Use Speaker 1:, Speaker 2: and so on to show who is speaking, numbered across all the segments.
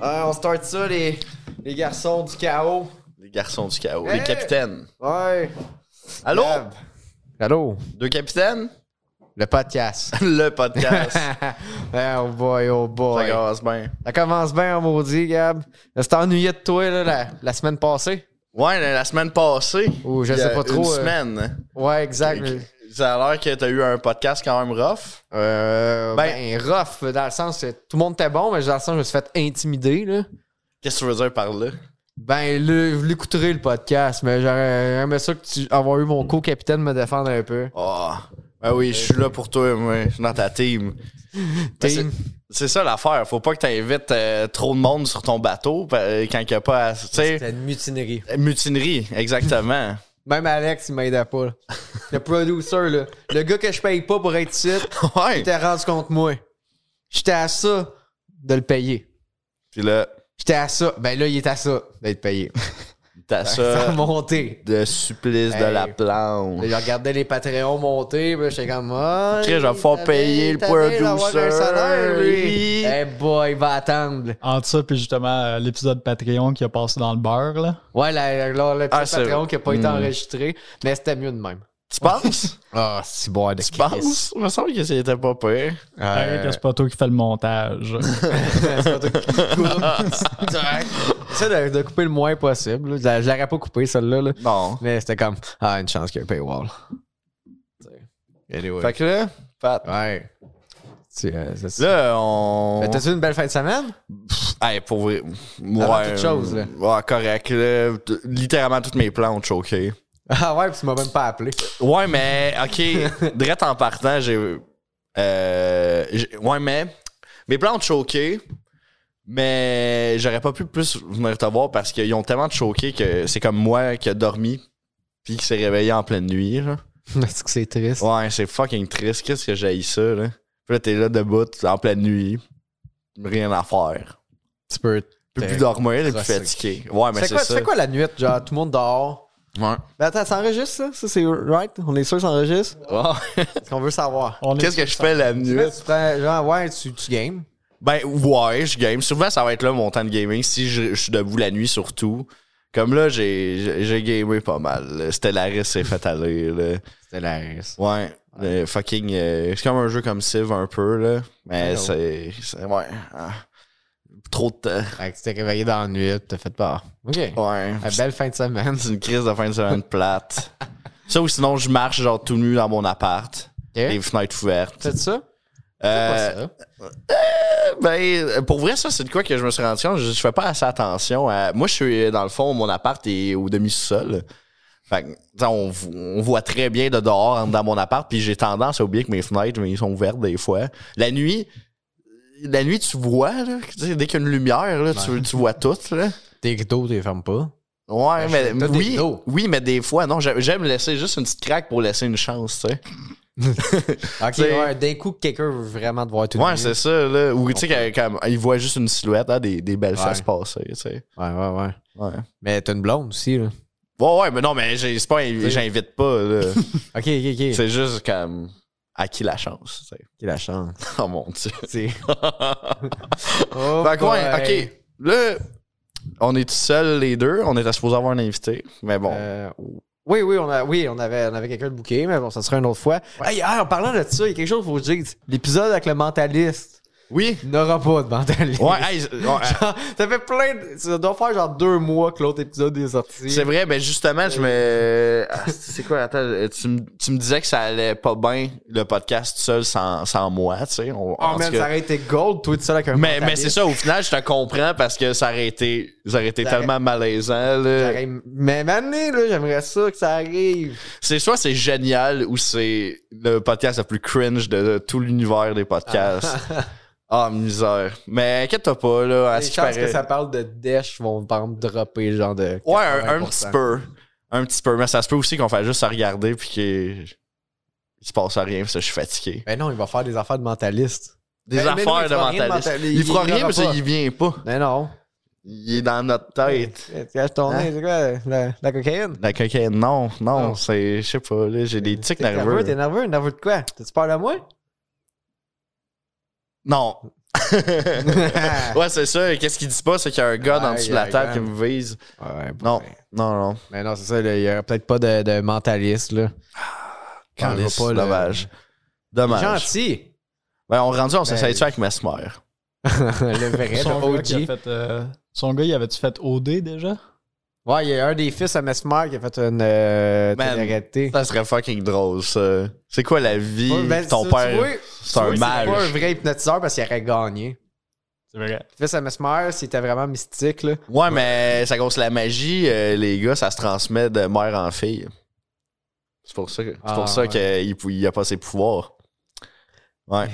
Speaker 1: Ah, on start ça, les, les garçons du chaos.
Speaker 2: Les garçons du chaos.
Speaker 1: Hey!
Speaker 2: Les capitaines.
Speaker 1: Ouais.
Speaker 2: Allô?
Speaker 1: Gab.
Speaker 3: Allô,
Speaker 2: Deux capitaines?
Speaker 3: le podcast.
Speaker 2: Le podcast.
Speaker 3: Eh, oh boy, oh
Speaker 2: Ça
Speaker 3: boy. Ça,
Speaker 2: commence bien.
Speaker 3: commence bien en maudit, Gab. C'était ennuyé de toi là, la, la semaine passée.
Speaker 2: Ouais, la la semaine passée.
Speaker 3: Ou je
Speaker 2: il y a
Speaker 3: sais pas trop,
Speaker 2: Une
Speaker 3: euh,
Speaker 2: semaine.
Speaker 3: Ouais, exact.
Speaker 2: Et- Ça a l'air que t'as eu un podcast quand même rough.
Speaker 3: Euh, ben, rough, dans le sens que tout le monde était bon, mais dans le sens que je me suis fait intimider. Là.
Speaker 2: Qu'est-ce que tu veux dire par là?
Speaker 3: Ben, le- vous l'écouterez le podcast, mais j'aurais aimé ça que tu avoir eu mon co-capitaine me défendre un peu.
Speaker 2: Oh.
Speaker 3: Ah.
Speaker 2: Ben oui, je suis là pour toi, moi. Je suis dans ta team. Ben, c'est-
Speaker 3: Team.
Speaker 2: C'est ça l'affaire. Faut pas que t'invites euh, trop de monde sur ton bateau euh, quand il y a pas. à- Tu sais,
Speaker 3: une mutinerie.
Speaker 2: mutinerie, exactement.
Speaker 3: Même Alex, il m'aidait pas. là. Le producer, là. le gars que je paye pas pour être ici,
Speaker 2: ouais.
Speaker 3: t'es rendu contre moi. J'étais à ça de le payer.
Speaker 2: Puis là,
Speaker 3: J'étais à ça. Ben là, il est à ça d'être payé.
Speaker 2: t'as
Speaker 3: Ça a
Speaker 2: ça
Speaker 3: monté.
Speaker 2: de supplice de
Speaker 3: Hey.
Speaker 2: la planche.
Speaker 3: Là, Je regardais les Patreons monter, puis là, j'étais comme. Ah,
Speaker 2: Chris, je vais faire payer le producer, lui.
Speaker 3: Eh boy, il va attendre.
Speaker 4: Entre ça, puis justement, euh, l'épisode Patreon qui a passé dans le beurre, là.
Speaker 3: Ouais, la, la, le petit
Speaker 2: Ah, c'est-
Speaker 3: Patreon qui a pas été
Speaker 2: Hmm.
Speaker 3: enregistré, mais c'était mieux de même.
Speaker 2: Tu penses?
Speaker 3: Ah, c'est bon de
Speaker 2: Tu penses? Il me semble que c'était pas pire.
Speaker 3: Euh,
Speaker 4: Arrête
Speaker 2: Euh,
Speaker 4: que c'est pas toi qui fais le montage.
Speaker 3: Essaie de, de couper le moins possible. là. Je la- je l'aurais pas coupé, celle-là. là.
Speaker 2: Non.
Speaker 3: Mais c'était comme, ah, une chance qu'il y a un paywall. Tu sais. Anyway.
Speaker 2: Fait que là, Pat,
Speaker 3: Ouais. Tu, euh, c'est ça.
Speaker 2: là, on.
Speaker 3: Euh, T'as-tu une belle fin de semaine?
Speaker 2: Hey, pour vrai.
Speaker 3: Avant
Speaker 2: Ouais.
Speaker 3: toute chose, là.
Speaker 2: Ouais, correct. là. T- littéralement, toutes mes plantes choquées.
Speaker 3: Ah ouais, puis tu m'as même pas appelé.
Speaker 2: Ouais, mais, ok. Drette en partant, j'ai. Euh, j'ai- ouais, mais. Mes plantes choquées. Mais j'aurais pas pu plus venir te voir parce qu'ils ont tellement de choqué que c'est comme moi qui a dormi puis qui s'est réveillé en pleine nuit. Genre.
Speaker 3: Est-ce que c'est triste?
Speaker 2: Ouais, c'est fucking triste. Qu'est-ce que j'ai ça, là? Puis là, t'es là debout, en pleine nuit. Rien à faire.
Speaker 3: Tu peux.
Speaker 2: Tu peux plus
Speaker 3: T'es
Speaker 2: dormir, t'es plus
Speaker 3: crossé.
Speaker 2: fatigué. Ouais, mais
Speaker 3: C'est
Speaker 2: c'est
Speaker 3: quoi, tu
Speaker 2: ça.
Speaker 3: fais quoi la nuit? Genre, tout le monde dort.
Speaker 2: Ouais.
Speaker 3: Ben attends, ça enregistre ça? Ça, c'est right? On est sûr que ça enregistre?
Speaker 2: Ouais.
Speaker 3: Parce qu'on veut savoir.
Speaker 4: On est-
Speaker 2: Qu'est-ce que je fais la nuit?
Speaker 3: Tu prends- genre, ouais, tu, tu games.
Speaker 2: Ben, ouais, je game. Souvent, ça va être là mon temps de gaming si je, je suis debout la nuit, surtout. Comme là, j'ai j'ai- j'ai gamé pas mal. là. Stellaris s'est fait aller, là.
Speaker 3: C'était la risque.
Speaker 2: Ouais. Le fucking. euh, c'est comme un jeu comme Civ un peu, là. Mais c'est. c'est- Ouais. Ah. Trop de temps.
Speaker 3: Fait que tu t'es réveillé dans la nuit, puis t'as fait peur. OK.
Speaker 2: Ouais.
Speaker 3: Une belle fin de semaine.
Speaker 2: C'est une crise de fin de semaine plate. Ça ou sinon, je marche genre tout nu dans mon appart. Les fenêtres ouvertes.
Speaker 3: C'est ça?
Speaker 2: Euh,
Speaker 3: Pas ça.
Speaker 2: ben, pour vrai, ça, c'est de quoi que je me suis rendu compte. Je, je fais pas assez attention. à- Moi, je suis, dans le fond, mon appart est au demi-sol. Fait que, tu sais, on, vo- on voit très bien de dehors dans mon appart, puis j'ai tendance à oublier que mes fenêtres, mais ils sont ouvertes des fois. La nuit, la nuit, tu vois, là, tu sais, dès qu'il y a une lumière, là, tu, tu vois tout. Là.
Speaker 3: Tes rideaux, tu les fermes pas.
Speaker 2: Ouais, mais,
Speaker 3: Ben, je- t'as des
Speaker 2: oui,
Speaker 3: rideaux.
Speaker 2: oui, mais des fois, non, j'aime j'aime laisser juste une petite craque pour laisser une chance, tu sais.
Speaker 3: Ok,
Speaker 2: C'est-
Speaker 3: ouais, d'un coup, quelqu'un veut vraiment te voir tout
Speaker 2: Ouais,
Speaker 3: nu.
Speaker 2: c'est ça, là. Ou tu sais, quand, quand ils voient juste une silhouette, hein, des, des belles
Speaker 3: Ouais.
Speaker 2: faces passer, tu sais.
Speaker 3: Ouais, ouais, ouais.
Speaker 2: Ouais.
Speaker 3: Mais t'as une blonde aussi, là.
Speaker 2: Ouais, ouais, mais non, mais j'ai- c'est pas, j'invite pas, là.
Speaker 3: Ok, ok, ok.
Speaker 2: c'est juste comme, à qui la chance, tu sais.
Speaker 3: Qui la chance.
Speaker 2: Oh mon dieu.
Speaker 3: C'est. Oh
Speaker 2: Fait que ouais, ok. Là, on est tout seuls, les deux. On était supposé avoir un invité, mais bon.
Speaker 3: Euh, oui, oui, on, a, oui on, avait, on avait quelqu'un de bouquet, mais bon, ça sera une autre fois. Hey, hey, en parlant de ça, il y a quelque chose qu'il faut que je dise. L'épisode avec le mentaliste
Speaker 2: oui.
Speaker 3: n'aura pas de mentaliste.
Speaker 2: Ouais, hey, c'est- ouais,
Speaker 3: Genre, ça fait plein de- Ça doit faire genre deux mois que l'autre épisode est sorti.
Speaker 2: C'est vrai, mais justement, je
Speaker 3: Euh.
Speaker 2: me. Ah, C'est quoi, attends, euh, tu, me- tu me disais que ça allait pas bien le podcast tout seul sans, sans moi, tu sais. on-
Speaker 3: Oh
Speaker 2: en tout
Speaker 3: man,
Speaker 2: cas.
Speaker 3: ça aurait été gold, toi, tout seul avec un
Speaker 2: mais mais
Speaker 3: mentaliste.
Speaker 2: c'est ça, au final, je te comprends parce que ça aurait été, ça aurait été
Speaker 3: Ça aurait-
Speaker 2: tellement malaisant. là.
Speaker 3: J'aurais- Mais mané, là, j'aimerais ça que ça arrive.
Speaker 2: C'est soit c'est génial ou c'est le podcast le plus cringe de tout l'univers des podcasts. Ah, misère. Mais inquiète-toi pas, là. à
Speaker 3: Les
Speaker 2: ce qui
Speaker 3: chances que
Speaker 2: paraît-
Speaker 3: ça parle de Dash vont par me dropper, genre de.
Speaker 2: Ouais, un, un
Speaker 3: 80%.
Speaker 2: petit peu. Un petit peu. Mais ça se peut aussi qu'on fasse juste à regarder puis qu'il il se passe rien parce que je suis fatigué.
Speaker 3: Mais non, il va faire des affaires de mentaliste.
Speaker 2: Des
Speaker 3: Ben, Mais- mais non,
Speaker 2: affaires
Speaker 3: il
Speaker 2: de
Speaker 3: fera rien de
Speaker 2: mentaliste.
Speaker 3: mentaliste.
Speaker 2: Il fera
Speaker 3: Il
Speaker 2: rien
Speaker 3: n'aura
Speaker 2: parce
Speaker 3: pas.
Speaker 2: qu'il vient pas.
Speaker 3: Mais non.
Speaker 2: Il est dans notre tête.
Speaker 3: Tu caches ton
Speaker 2: Hein?
Speaker 3: nez, c'est quoi la, la cocaïne?
Speaker 2: La cocaïne, Ben, non, non,
Speaker 3: Non.
Speaker 2: c'est. Je sais pas, là, j'ai des tics
Speaker 3: T'es nerveux,
Speaker 2: nerveux.
Speaker 3: t'es nerveux, nerveux de quoi? T'as-tu peur de moi?
Speaker 2: Non. ouais, c'est ça. Qu'est-ce qu'il dit pas, c'est qu'il y a un gun en
Speaker 3: Ouais,
Speaker 2: dessous
Speaker 3: il
Speaker 2: de
Speaker 3: y a
Speaker 2: la
Speaker 3: un
Speaker 2: table qui
Speaker 3: gun.
Speaker 2: me vise.
Speaker 3: Ouais,
Speaker 2: Non,
Speaker 3: ouais.
Speaker 2: non, non.
Speaker 3: Mais non, c'est ça, là, il y aurait peut-être pas de, de mentaliste, là.
Speaker 2: Quand
Speaker 3: Enlève pas le-
Speaker 2: dommage. Dommage.
Speaker 3: Gentil.
Speaker 2: Ben, on est rendu, on
Speaker 3: Ben-
Speaker 2: s'essaye-tu avec Mesmer?
Speaker 3: le vrai,
Speaker 4: Son,
Speaker 3: le
Speaker 4: gars qui a
Speaker 3: OG.
Speaker 4: fait, euh, son gars, il avait-tu fait OD déjà?
Speaker 3: Ouais, il y a un des fils à Mesmer qui a fait une euh,
Speaker 2: Man.
Speaker 3: télé-réalité.
Speaker 2: Ça serait fucking drôle, ça. C'est quoi la vie?
Speaker 3: Ouais, ben,
Speaker 2: Ton
Speaker 3: tu- tu vois,
Speaker 2: père,
Speaker 3: tu
Speaker 2: c'est un
Speaker 3: vois,
Speaker 2: mage.
Speaker 3: pas un vrai hypnotiseur parce qu'il aurait gagné.
Speaker 4: C'est vrai.
Speaker 3: Le fils à Mesmer, c'était vraiment mystique, là.
Speaker 2: Ouais, mais ça cause la magie, euh, les gars, ça se transmet de mère en fille. C'est pour ça, que- c'est
Speaker 3: Ah,
Speaker 2: pour ça
Speaker 3: ouais.
Speaker 2: qu'il pou- il a pas ses pouvoirs. Ouais.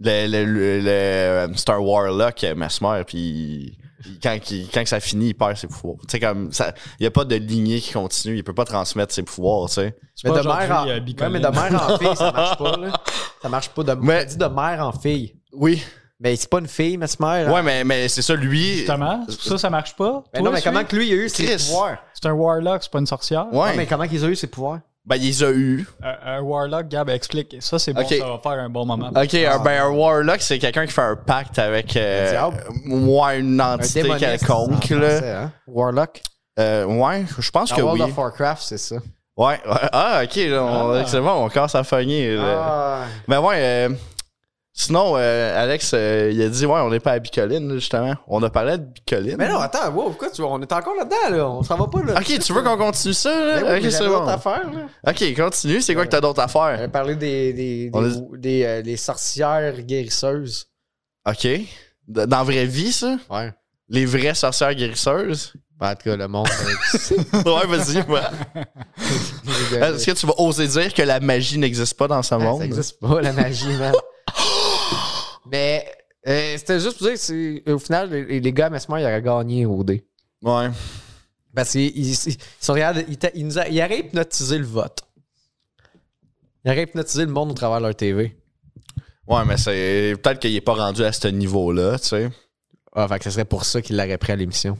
Speaker 2: Le, le, le- le, euh, Star Warlock, euh, Mesmer, puis il- quand, qu'il- quand que ça finit, il perd ses pouvoirs. Tu sais, comme, ça- il n'y a pas de lignée qui continue, il peut pas transmettre ses pouvoirs, tu sais.
Speaker 4: C'est
Speaker 3: Mais
Speaker 4: pas
Speaker 3: de, mère en...
Speaker 4: aujourd'hui, euh,
Speaker 3: Ouais,
Speaker 4: Bicolline.
Speaker 3: mais de mère en fille, ça marche pas, là. Ça marche pas. De...
Speaker 2: Mais-
Speaker 3: On dit de mère en fille.
Speaker 2: Oui.
Speaker 3: Mais c'est pas une fille, Mesmer.
Speaker 2: Ouais, mais, mais c'est ça, lui.
Speaker 4: Justement, c'est pour ça que ça marche pas.
Speaker 3: Mais
Speaker 4: Toi,
Speaker 3: non, mais
Speaker 4: celui-
Speaker 3: comment que lui, il a eu ses
Speaker 2: Chris.
Speaker 3: pouvoirs?
Speaker 4: C'est un warlock, c'est pas une sorcière.
Speaker 3: Non, Ah, mais
Speaker 2: Ouais.
Speaker 3: comment qu'ils ont eu ses pouvoirs?
Speaker 2: Ben, il les a eus.
Speaker 4: Un, un warlock, Gab, explique. Ça, c'est bon,
Speaker 2: Ok.
Speaker 4: ça va faire un bon moment.
Speaker 2: Ok, un, ben, un warlock, c'est quelqu'un qui fait un pacte avec euh,
Speaker 3: Ah, Un diable?
Speaker 2: ouais, une
Speaker 3: Un
Speaker 2: entité
Speaker 3: démoniaque,
Speaker 2: quelconque.
Speaker 3: c'est en
Speaker 2: Là.
Speaker 3: français, hein? Warlock.
Speaker 2: Euh, ouais, je pense
Speaker 3: Dans
Speaker 2: que
Speaker 3: World
Speaker 2: oui.
Speaker 3: of Warcraft, c'est ça.
Speaker 2: Ouais, ouais. Ah, ok, là, on-
Speaker 4: Ah.
Speaker 2: c'est bon, on casse à fogner.
Speaker 3: Ah.
Speaker 2: là. Ben ouais, euh, sinon, euh, Alex, euh, il a dit, ouais, on n'est pas à Bicoline, là, justement. On a parlé de Bicoline.
Speaker 3: Mais non, attends, wow, pourquoi tu on est encore là-dedans, là? On s'en va pas, là.
Speaker 2: Ok, tu veux qu'on continue ça? Là?
Speaker 3: Mais Ben oui,
Speaker 2: Ok,
Speaker 3: mais
Speaker 2: c'est
Speaker 3: j'avais
Speaker 2: bon.
Speaker 3: autre affaire, là.
Speaker 2: Ok, continue, c'est quoi que t'as d'autre à
Speaker 3: On a
Speaker 2: faire?
Speaker 3: parlé des, des, des,
Speaker 2: On
Speaker 3: des, euh, des sorcières guérisseuses.
Speaker 2: Ok. D- Dans la vraie vie, ça?
Speaker 3: Ouais. Ben,
Speaker 2: Les vraies sorcières guérisseuses?
Speaker 3: En tout cas, le monde. euh,
Speaker 2: ouais, vas-y, ouais. Est-ce que tu vas oser dire que la magie n'existe pas dans ce
Speaker 3: Ben, Ah, Ça
Speaker 2: monde?
Speaker 3: n'existe pas, la magie, man. Mais euh, c'était juste pour dire que c'est- euh, au final, les, les gars à Mesmer, ils auraient gagné au dé.
Speaker 2: Ouais.
Speaker 3: Parce qu'ils ils- ils- ils se regardent, ils, t'a- ils nous a- ils auraient hypnotisé le vote. Ils auraient hypnotisé le monde au travers de leur TV.
Speaker 2: Ouais, mais c'est. Peut-être qu'il est pas rendu à ce niveau-là, tu sais.
Speaker 3: Ah, fait que ce serait pour ça qu'ils l'auraient pris à l'émission.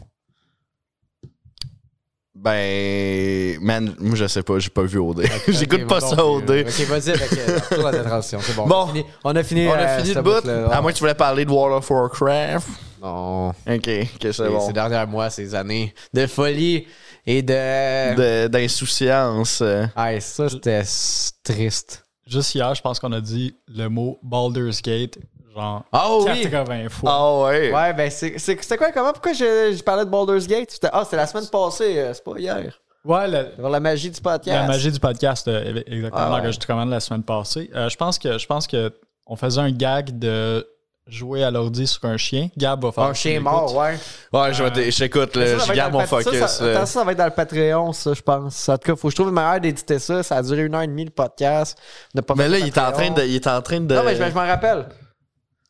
Speaker 2: Ben. Man, moi, je sais pas, j'ai pas vu OD. J'écoute
Speaker 3: Ok,
Speaker 2: pas
Speaker 3: bon,
Speaker 2: ça OD.
Speaker 3: euh, Ok, vas-y avec euh, retour à la transition. C'est bon.
Speaker 2: Bon.
Speaker 3: On a fini, on a fini,
Speaker 2: On a
Speaker 3: euh,
Speaker 2: fini
Speaker 3: ce
Speaker 2: le bout. Ah.
Speaker 3: bout-là.
Speaker 2: À moins que tu voulais parler de World of Warcraft.
Speaker 3: Non.
Speaker 2: Ok, ok, c'est
Speaker 3: Et
Speaker 2: bon.
Speaker 3: Ces derniers mois, ces années de folie et de.
Speaker 2: De- D'insouciance. euh.
Speaker 3: Ah, ça, c'était s- triste.
Speaker 4: Juste hier, je pense qu'on a dit le mot Baldur's Gate, genre
Speaker 3: Oh oui!
Speaker 4: 80 fois.
Speaker 2: Ah ouais.
Speaker 3: Ouais, ben, c'est- c'est- c'était quoi? Comment? Pourquoi je, je parlais de Baldur's Gate? C'était- Ah, c'était la semaine passée, euh, c'est pas hier.
Speaker 4: Ouais, le-
Speaker 3: Devant la magie du podcast.
Speaker 4: la magie du podcast, euh, exactement,
Speaker 3: Ah ouais.
Speaker 4: que je te commande la semaine passée. Euh, je pense que je pense que on faisait un gag de jouer à l'ordi sur un chien. Gab va faire.
Speaker 3: Un chien mort, ouais.
Speaker 2: Ouais, je vais t- je t'écoute, là,
Speaker 3: Ça, ça
Speaker 2: je
Speaker 3: va
Speaker 2: garde
Speaker 3: être dans
Speaker 2: mon
Speaker 3: le Pat-
Speaker 2: focus.
Speaker 3: Ça, ça-
Speaker 2: là.
Speaker 3: attends, ça va être dans le Patreon, ça, je pense. En tout cas, faut que je trouve une manière d'éditer ça. Ça a duré une heure et demie, le podcast. On a pas
Speaker 2: mais
Speaker 3: fait
Speaker 2: là,
Speaker 3: de
Speaker 2: il est en train
Speaker 3: Patreon.
Speaker 2: de. Il est en train de.
Speaker 3: Non, mais je, je m'en rappelle.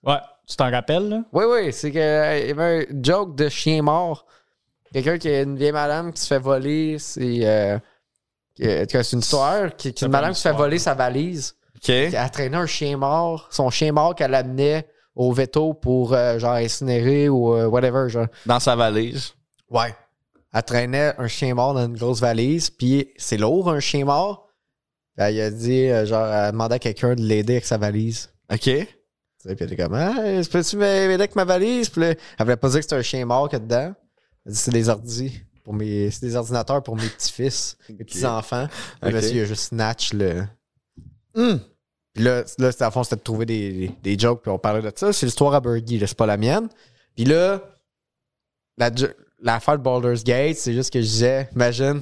Speaker 4: Ouais, tu t'en rappelles, là?
Speaker 3: Oui, oui, c'est qu'il y avait un joke de chien mort. Quelqu'un qui est une vieille madame qui se fait voler, c'est. euh, qui- en tout cas, c'est une soeur, qui, qui-
Speaker 4: C'est
Speaker 3: une
Speaker 4: pas
Speaker 3: madame
Speaker 4: une
Speaker 3: qui se fait
Speaker 4: soeur.
Speaker 3: voler sa valise.
Speaker 2: Ok.
Speaker 3: Elle traînait un chien mort, son chien mort qu'elle amenait au veto pour euh, genre incinérer ou euh, whatever. Genre.
Speaker 2: Dans sa valise.
Speaker 3: Ouais. Elle traînait un chien mort dans une grosse valise, puis c'est lourd un chien mort. Puis elle a dit, euh, genre, elle demandait à quelqu'un de l'aider avec sa valise.
Speaker 2: Ok.
Speaker 3: Tu sais, Puis elle était comme, ah, peux-tu m'aider avec ma valise? Puis là, elle voulait pas dire que c'était un chien mort qu'il y a dedans. Elle dit, c'est des ordi. Pour mes, c'est des ordinateurs pour mes petits-fils, mes petits-enfants. Le
Speaker 2: Ok.
Speaker 3: monsieur, il a juste snatch le. Hum! Puis là, là c'était à fond, c'était de trouver des, des jokes, puis on parlait de ça. C'est l'histoire à Burgie, là, c'est pas la mienne. Puis là, la, jo- l'affaire de Baldur's Gate, c'est juste que je disais, imagine,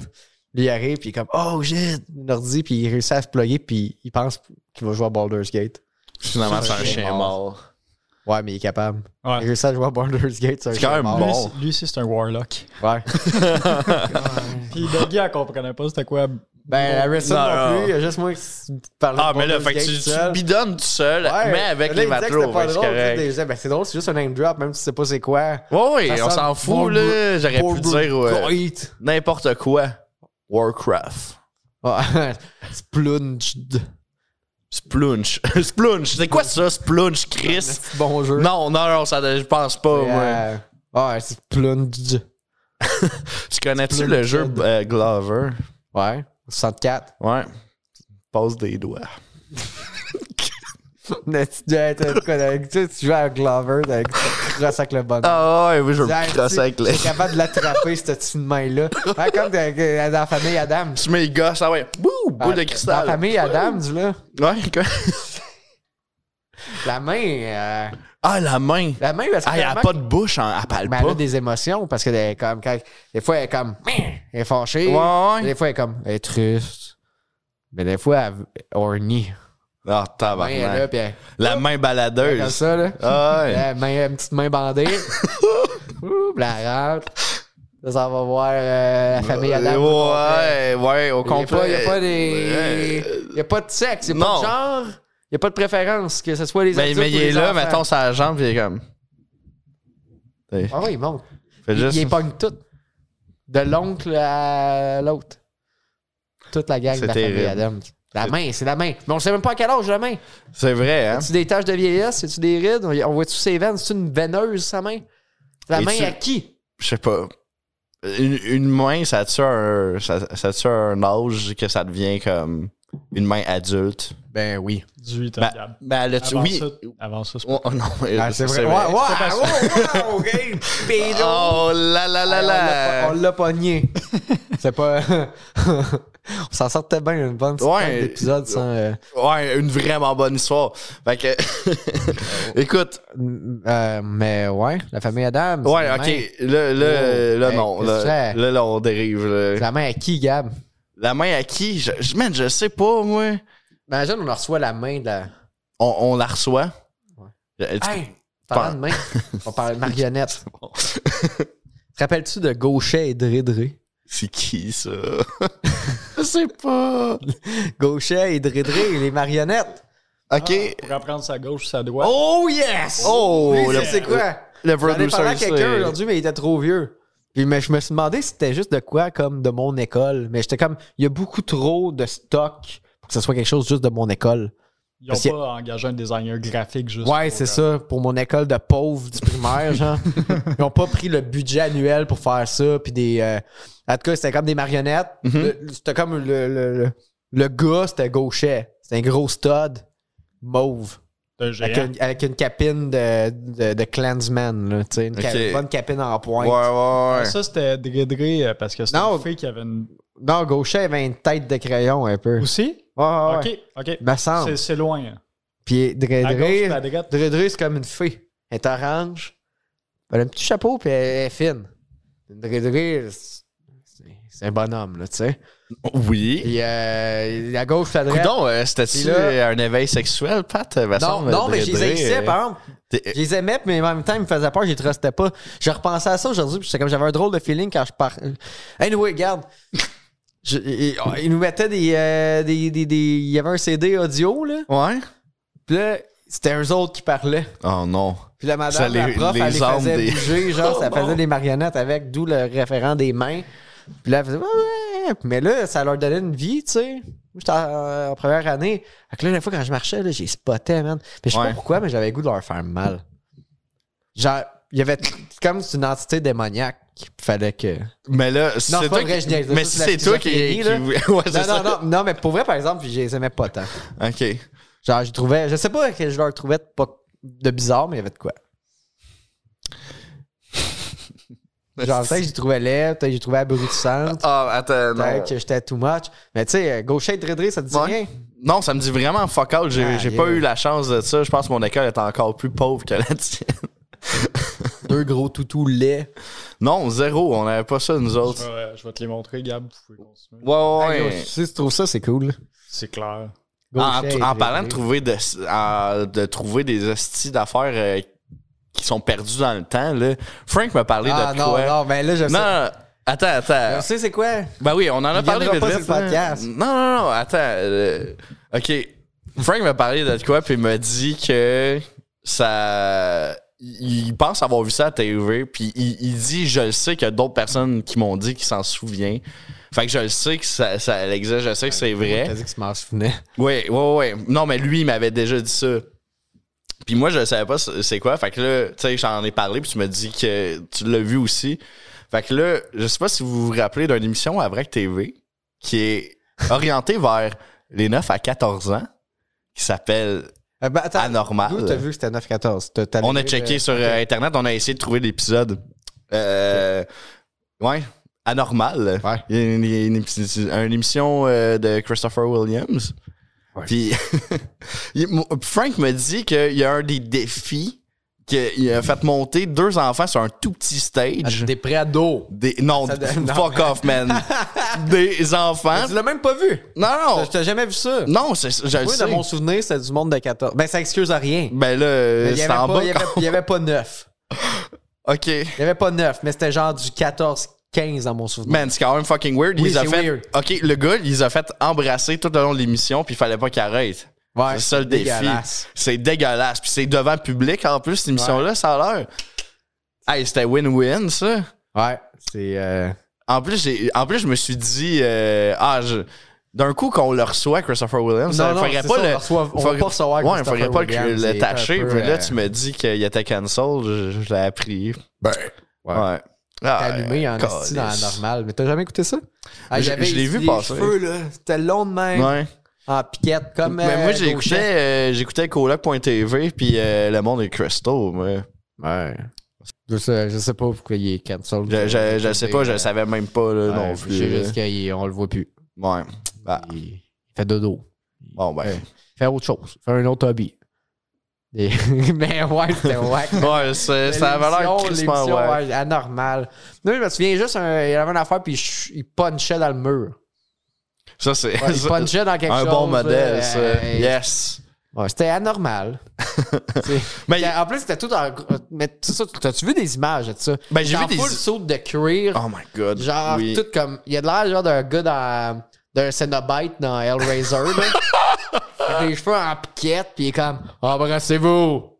Speaker 3: lui il arrive, puis il est comme, oh shit, un ordi, puis il réussit à se plugger, puis il pense qu'il va jouer à Baldur's Gate.
Speaker 2: Finalement, c'est un chien mort.
Speaker 3: Ouais, mais il est capable. Il
Speaker 4: Ouais.
Speaker 3: réussit à jouer à Baldur's Gate, c'est un
Speaker 2: C'est quand
Speaker 3: jeu
Speaker 2: même
Speaker 3: mort.
Speaker 4: Lui,
Speaker 2: bon.
Speaker 4: c'est- lui, aussi, c'est un warlock.
Speaker 3: Ouais.
Speaker 4: Puis Doggy, elle comprenait pas c'était quoi.
Speaker 3: Ben, Harrison non,
Speaker 2: Non, non.
Speaker 3: plus, il y a juste moi qui parlais
Speaker 2: Ah,
Speaker 3: de
Speaker 2: mais là,
Speaker 3: Baldur's
Speaker 2: fait que
Speaker 3: Gate
Speaker 2: tu, tu
Speaker 3: seul.
Speaker 2: bidonnes tout seul,
Speaker 3: Ouais,
Speaker 2: mais avec
Speaker 3: là,
Speaker 2: les
Speaker 3: il disait que c'était
Speaker 2: matelots.
Speaker 3: pas
Speaker 2: fait que c'est
Speaker 3: drôle, tu sais,
Speaker 2: correct.
Speaker 3: des gens. Ben, c'est drôle, c'est juste un name drop, même si tu sais pas c'est quoi.
Speaker 2: Oui,
Speaker 3: Ça
Speaker 2: on
Speaker 3: sonne
Speaker 2: s'en fout,
Speaker 3: Baldur's-
Speaker 2: là. J'aurais pu
Speaker 3: Baldur's
Speaker 2: dire euh,
Speaker 3: Gate.
Speaker 2: n'importe quoi. Warcraft.
Speaker 3: Ouais. Splunged.
Speaker 2: Splunch. Splunch. C'est quoi ça, Splunch, Chris?
Speaker 3: C'est bon jeu.
Speaker 2: Non, non, non, ça, je pense pas.
Speaker 3: Euh,
Speaker 2: moi.
Speaker 3: Ouais, c'est Splunged.
Speaker 2: Tu connais-tu
Speaker 3: Splunch
Speaker 2: le jeu
Speaker 3: Kid.
Speaker 2: euh, Glover?
Speaker 3: Ouais. 64.
Speaker 2: Ouais. Passe des doigts.
Speaker 3: Mais tu dois être- tu connais- tu sais, tu joues à Glover, t'as- tu crosses avec le bonhomme.
Speaker 2: Ah ouais, oui, je veux
Speaker 3: Hey,
Speaker 2: me
Speaker 3: tu-
Speaker 2: crosser avec les.
Speaker 3: T'es capable de l'attraper, cette petite main-là. Hein, comme dans, dans la famille Adams.
Speaker 2: Tu mets les gosses, ah ouais. Bouh, boule
Speaker 3: Dans
Speaker 2: de
Speaker 3: la
Speaker 2: cristal.
Speaker 3: famille Adams, là,
Speaker 2: Ouais, quoi.
Speaker 3: la main. euh,
Speaker 2: Ah, la main.
Speaker 3: la main, parce que.
Speaker 2: Ah, elle a
Speaker 3: tellement
Speaker 2: pas de bouche, hein, elle parle
Speaker 3: Mais
Speaker 2: pas.
Speaker 3: elle a des émotions parce que des, comme, quand- des fois, elle est comme. Elle est fâchée.
Speaker 2: Ouais, ouais.
Speaker 3: Des fois, elle est comme. Elle est triste. Mais des fois, elle est horny.
Speaker 2: Ah,
Speaker 3: La main, elle est là,
Speaker 2: tabarnak.
Speaker 3: puis elle
Speaker 2: La main
Speaker 3: est comme
Speaker 2: baladeuse.
Speaker 3: ça, là.
Speaker 2: Ah ouais.
Speaker 3: La main, une petite main bandée. Ouh, puis la rentre. Là, ça va voir euh, la famille Adam.
Speaker 2: Ouais, ouais, au complet.
Speaker 3: Il n'y a, pas des.
Speaker 2: Ouais.
Speaker 3: Il a pas de sexe, il n'y a pas
Speaker 2: Non.
Speaker 3: de genre, il n'y a pas de préférence, que ce soit les
Speaker 2: Mais,
Speaker 3: adultes
Speaker 2: mais
Speaker 3: ou
Speaker 2: il
Speaker 3: les
Speaker 2: est là,
Speaker 3: enfants.
Speaker 2: mettons, sa jambe, puis il est comme.
Speaker 3: Ah oui, il monte.
Speaker 2: Fait
Speaker 3: Il,
Speaker 2: juste.
Speaker 3: il épogne tout. De l'oncle à l'autre. Toute la gang de
Speaker 2: C'est
Speaker 3: la famille
Speaker 2: terrible.
Speaker 3: Adam. La main, c'est la main. Mais on sait même pas à quel âge la main.
Speaker 2: C'est vrai, hein?
Speaker 3: C'est des taches de vieillesse, c'est-tu des rides? On voit-tu ses veines? C'est une veineuse, sa main? La
Speaker 2: Et
Speaker 3: main
Speaker 2: tu-
Speaker 3: à qui?
Speaker 2: Je sais pas. Une, une main, ça tue un, ça, ça tue un âge que ça devient comme une main adulte.
Speaker 3: Ben oui.
Speaker 4: 18 ans,
Speaker 2: Ben,
Speaker 4: hein, Gab.
Speaker 2: ben elle a-tu-
Speaker 4: Avant
Speaker 2: oui.
Speaker 4: ça, avant ça, c'est pas-
Speaker 2: Oh, oh non,
Speaker 3: Ah, c'est vrai. Ouais, ouais, ouais, ouais, ok. Pédo.
Speaker 2: Oh là là là
Speaker 3: Hey, Ah, on l'a
Speaker 2: là.
Speaker 3: po- On l'a pogné. C'est pas. on s'en sortait bien une bonne petite
Speaker 2: Ouais.
Speaker 3: ouais. d'épisodes sans. euh,
Speaker 2: Ouais, une vraiment bonne histoire. Fait que. Écoute,
Speaker 3: m- euh, mais ouais, la famille Adam. c'est
Speaker 2: ouais,
Speaker 3: la main.
Speaker 2: ok. Là,
Speaker 3: Wow.
Speaker 2: là, là
Speaker 3: Hey,
Speaker 2: non.
Speaker 3: qu'est-ce que
Speaker 2: Là,
Speaker 3: c'est?
Speaker 2: là, là, on dérive.
Speaker 3: C'est
Speaker 2: là.
Speaker 3: La main à qui, Gab
Speaker 2: La main à qui je, je, man, je sais pas, moi.
Speaker 3: Imagine, on reçoit la main de la.
Speaker 2: On, on la reçoit.
Speaker 3: Ouais.
Speaker 2: Euh, tu-
Speaker 3: Hey, parlant de main, on parle de marionnette. Te rappelles-tu de Gauchet et Drédré
Speaker 2: C'est qui ça? je sais pas. Ok.
Speaker 3: Gauchet et Drédré, les marionnettes.
Speaker 4: Ah, pour apprendre sa gauche ou sa droite.
Speaker 3: Oh yes
Speaker 2: Oh,
Speaker 3: Oui,
Speaker 2: le-
Speaker 3: c'est- c'est quoi
Speaker 2: Le
Speaker 3: J'en ai
Speaker 2: producer,
Speaker 3: parlé à quelqu'un
Speaker 2: c'est-
Speaker 3: aujourd'hui, mais il était trop vieux. Puis mais je me suis demandé si c'était juste de quoi, comme de mon école. Mais j'étais comme, il y a beaucoup trop de stock pour que ce soit quelque chose juste de mon école.
Speaker 4: Ils
Speaker 3: parce que-
Speaker 4: n'ont pas engagé un designer graphique juste.
Speaker 3: Ouais,
Speaker 4: pour,
Speaker 3: c'est
Speaker 4: euh,
Speaker 3: ça. Pour mon école de pauvres du primaire, genre. Ils ont pas pris le budget annuel pour faire ça. Puis des. euh, En tout cas, c'était comme des marionnettes.
Speaker 4: Mhm.
Speaker 3: Le- C'était comme le, le, le, le gars, c'était gauchet. C'était un gros stud mauve.
Speaker 4: d'un géant.
Speaker 3: Avec une, avec une capine de, de, de Clansman, là. Tu sais, une, ca-
Speaker 2: Ok.
Speaker 3: une bonne capine en
Speaker 2: Ouais,
Speaker 3: pointe.
Speaker 2: ouais, ouais.
Speaker 4: Ça, c'était Drédré euh, parce que c'était
Speaker 3: Non.
Speaker 4: une fille qui avait une.
Speaker 3: Non, Gauchet avait une tête de crayon un peu. Ouais,
Speaker 4: Aussi?
Speaker 3: ouais, Ben, ouais.
Speaker 4: Ok, ok.
Speaker 3: Il Me semble.
Speaker 4: C'est- C'est loin. hein.
Speaker 3: Puis
Speaker 4: À gauche
Speaker 3: Drédré,
Speaker 4: puis à droite.
Speaker 3: Drédré, c'est comme une fée. Elle est orange. Elle a un petit chapeau, puis elle est fine. Drédré, c'est- c'est un bonhomme, là, tu sais.
Speaker 2: Oui.
Speaker 3: Puis euh, à gauche, puis à droite.
Speaker 2: Coudon, euh, c'était-tu
Speaker 3: Puis là-
Speaker 2: un éveil sexuel, Pat? Euh, Me
Speaker 3: Non,
Speaker 2: semble,
Speaker 3: non, mais je les
Speaker 2: Drédré,
Speaker 3: haïssais,
Speaker 2: euh,
Speaker 3: par exemple.
Speaker 2: t'es-
Speaker 3: Je les aimais, mais en même temps, ils me faisaient peur, je les trustais pas. Je repensais à ça aujourd'hui, puis j'étais comme j'avais un drôle de feeling quand je par. Anyway, regarde. Je- ils, ils nous mettaient des, euh, des, des, des- Il y avait un CD audio, là.
Speaker 2: Ouais?
Speaker 3: Puis là, c'était eux autres qui parlaient.
Speaker 2: Oh non.
Speaker 3: Puis la
Speaker 2: Ça,
Speaker 3: madame,
Speaker 2: les-
Speaker 3: la prof,
Speaker 2: les
Speaker 3: elle les
Speaker 2: armes
Speaker 3: faisait
Speaker 2: des-
Speaker 3: bouger, genre,
Speaker 2: Oh
Speaker 3: ça
Speaker 2: non.
Speaker 3: faisait des marionnettes avec, d'où le référent des mains. Puis là, elle faisait... Ouais, ouais. Mais là, ça leur donnait une vie, tu sais. Moi, j'étais en, en première année. Fait que là, la fois, quand je marchais, là, j'ai spoté, man. Mais je sais
Speaker 2: Ouais.
Speaker 3: pas pourquoi, mais j'avais le goût de leur faire mal. Genre, il y avait c'est comme c'est une entité démoniaque qu'il fallait que...
Speaker 2: Mais là, si
Speaker 3: Non,
Speaker 2: c'est
Speaker 3: c'est pas
Speaker 2: toi
Speaker 3: vrai, je
Speaker 2: qui...
Speaker 3: niaise,
Speaker 2: Mais
Speaker 3: ça,
Speaker 2: si
Speaker 3: c'est
Speaker 2: c'est
Speaker 3: la
Speaker 2: toi qui...
Speaker 3: schizophrénie,
Speaker 2: qui-
Speaker 3: là.
Speaker 2: Ouais, c'est
Speaker 3: Non,
Speaker 2: ça.
Speaker 3: non, non, non, mais pour vrai, par exemple, je les aimais pas tant.
Speaker 2: OK.
Speaker 3: Genre, je trouvais... Je sais pas que je leur trouvais de, pas- de bizarre, mais il y avait de quoi.
Speaker 2: Ben,
Speaker 3: Genre, peut-être que je les trouvais laid, peut-être que je les trouvais abrutissante,
Speaker 2: Ah, attends, non.
Speaker 3: peut-être que j'étais too much. Mais tu sais, euh, gaucher et Drédré, ça te dit
Speaker 2: Ouais.
Speaker 3: rien.
Speaker 2: Non, ça me dit vraiment fuck out. J'ai
Speaker 3: Ah,
Speaker 2: j'ai
Speaker 3: yeah.
Speaker 2: pas eu la chance de ça. Je pense que mon école est encore plus pauvre que la tienne.
Speaker 3: Deux gros toutous laids.
Speaker 2: Non, zéro. On n'avait pas ça, nous
Speaker 4: Je
Speaker 2: autres.
Speaker 4: vais, euh, je vais te les montrer, Gab. Vous pouvez continuer.
Speaker 2: Ouais, ouais,
Speaker 3: Hey,
Speaker 2: ouais.
Speaker 3: gauche, si tu trouves ça, c'est cool.
Speaker 4: C'est clair.
Speaker 2: En,
Speaker 3: Gaucher et
Speaker 2: en parlant
Speaker 3: Drédré.
Speaker 2: de trouver, de, en- de trouver des hosties d'affaires euh, qui sont perdues dans le temps, là, Frank m'a parlé
Speaker 3: Ah
Speaker 2: de
Speaker 3: non,
Speaker 2: quoi.
Speaker 3: non, ben là, je
Speaker 2: Non,
Speaker 3: sais.
Speaker 2: non, attends, attends.
Speaker 3: Je sais, c'est quoi?
Speaker 2: Ben oui, on en a
Speaker 3: Il
Speaker 2: parlé
Speaker 3: viendra
Speaker 2: vite,
Speaker 3: pas
Speaker 2: vite,
Speaker 3: sur le
Speaker 2: là.
Speaker 3: podcast.
Speaker 2: Non, non, non, attends. euh, OK. Frank m'a parlé de quoi, puis il m'a dit que ça. Il il pense avoir vu ça à TV, puis il, il dit Je le sais qu'il y a d'autres personnes qui m'ont dit qu'ils s'en souviennent. Fait que je le sais que ça, ça elle existe, je sais que c'est vrai.
Speaker 3: T'as dit que tu m'en souvenais.
Speaker 2: Oui, oui, oui. Non, mais lui, il m'avait déjà dit ça. Puis moi, je savais pas c- c'est quoi. Fait que là, tu sais, j'en ai parlé, puis tu m'as dit que tu l'as vu aussi. Fait que là, je sais pas si vous vous rappelez d'une émission à Vrac TV qui est orientée vers les 9 à 14 ans, qui s'appelle
Speaker 3: Euh, ben, attends,
Speaker 2: anormal.
Speaker 3: d'où t'as vu que c'était 9-14? T'as- t'as
Speaker 2: On a
Speaker 3: levé,
Speaker 2: checké
Speaker 3: euh,
Speaker 2: sur euh, Internet, on a essayé de trouver l'épisode. Euh, ouais, anormal.
Speaker 3: Ouais.
Speaker 2: Il y a une, il y a une épi- une émission euh, de Christopher Williams.
Speaker 3: Ouais.
Speaker 2: Puis il- mon- Frank me dit qu'il y a un des défis qu'il a fait monter deux enfants sur un tout petit stage.
Speaker 3: Ah, Des préados.
Speaker 2: Des, non,
Speaker 3: Ça donne- non.
Speaker 2: fuck off, man. des enfants.
Speaker 3: Tu l'as même pas vu.
Speaker 2: Non, Hein? non.
Speaker 3: Je t'ai jamais vu ça.
Speaker 2: Non, c'est- je le
Speaker 3: Moi,
Speaker 2: sais.
Speaker 3: dans mon souvenir, c'était du monde de 14. Ben, ça excuse à rien.
Speaker 2: Ben là,
Speaker 3: Mais Il y
Speaker 2: c'est
Speaker 3: avait,
Speaker 2: en
Speaker 3: pas-
Speaker 2: bas.
Speaker 3: il y avait- il y avait pas neuf.
Speaker 2: OK.
Speaker 3: Il y avait pas neuf, mais c'était genre du 14-15 dans mon souvenir.
Speaker 2: Man, c'est quand même fucking weird.
Speaker 3: Oui,
Speaker 2: ils a
Speaker 3: c'est
Speaker 2: fait...
Speaker 3: weird.
Speaker 2: OK, le gars, ils a fait embrasser tout le long de l'émission, puis il fallait pas qu'il arrête.
Speaker 3: Ouais,
Speaker 2: c'est ça le défi.
Speaker 3: dégueulasse.
Speaker 2: C'est dégueulasse. Puis c'est devant le public, en plus, cette émission-là, ça a l'air. Hey, c'était win-win, ça.
Speaker 3: Ouais, c'est. euh,
Speaker 2: En plus, j'ai- en plus, je me suis dit, euh, ah, je- d'un coup qu'on le reçoit, Christopher Williams,
Speaker 3: Non,
Speaker 2: ça
Speaker 3: non,
Speaker 2: faudrait
Speaker 3: c'est
Speaker 2: pas
Speaker 3: ça, on
Speaker 2: le.
Speaker 3: le reçoit- on va
Speaker 2: faudrait-
Speaker 3: pas recevoir
Speaker 2: Ouais,
Speaker 3: Christopher
Speaker 2: faudrait pas que
Speaker 3: Williams,
Speaker 2: le
Speaker 3: c'est
Speaker 2: tâcher.
Speaker 3: un peu,
Speaker 2: Puis là,
Speaker 3: euh,
Speaker 2: tu me dis qu'il était cancel, je, je l'ai appris.
Speaker 3: ouais.
Speaker 2: Ouais.
Speaker 3: T'es
Speaker 2: Ah,
Speaker 3: allumé en
Speaker 2: calice.
Speaker 3: esti dans la normale. Mais t'as jamais écouté ça? Ah, il
Speaker 2: Je-
Speaker 3: avait
Speaker 2: je l'ai
Speaker 3: ici
Speaker 2: vu
Speaker 3: les
Speaker 2: passer.
Speaker 3: cheveux, là. C'était long de même.
Speaker 2: Ouais.
Speaker 3: En piquette, comme.
Speaker 2: Mais
Speaker 3: euh,
Speaker 2: moi, j'écoutais,
Speaker 3: Gauchet.
Speaker 2: euh, j'écoutais Coloc.tv, puis euh, Le Monde est Crystal. mais
Speaker 3: Ouais. Je sais, je sais pas pourquoi il est cancel.
Speaker 2: Je, je, je sais pas, je
Speaker 3: Euh,
Speaker 2: savais même pas là,
Speaker 3: ouais,
Speaker 2: non
Speaker 3: je
Speaker 2: plus.
Speaker 3: sais
Speaker 2: là.
Speaker 3: juste qu'on le voit plus.
Speaker 2: Ouais. Ah.
Speaker 3: Il il fait dodo.
Speaker 2: Bon, ben.
Speaker 3: Fait autre chose. Fait un autre hobby. Et- Mais ouais, c'était wack.
Speaker 2: Ouais, c'est- Euh, ça avait l'air
Speaker 3: L'émission-
Speaker 2: crissement
Speaker 3: l'émission,
Speaker 2: ouais.
Speaker 3: ouais, anormal. Non, je me souviens juste, un- il avait une affaire, puis il ch- il punchait dans le mur.
Speaker 2: Ça, c'est
Speaker 3: Ouais, il
Speaker 2: ça,
Speaker 3: punchait dans quelque
Speaker 2: un
Speaker 3: chose.
Speaker 2: bon modèle,
Speaker 3: euh,
Speaker 2: ça.
Speaker 3: euh,
Speaker 2: Yes.
Speaker 3: ouais, c'était anormal. C'est-
Speaker 2: Ben,
Speaker 3: en plus, c'était tout en. Mais tout ça, t'as-tu vu des images de ça?
Speaker 2: Ben, j'ai
Speaker 3: Genre
Speaker 2: vu des-
Speaker 3: full saut de cuir.
Speaker 2: Oh my god.
Speaker 3: Genre,
Speaker 2: oui.
Speaker 3: tout comme. Il y a de l'air, genre, d'un gars dans. d'un Cenobite dans Hellraiser, là. Avec les cheveux en piquette, puis il est comme. Embrassez-vous!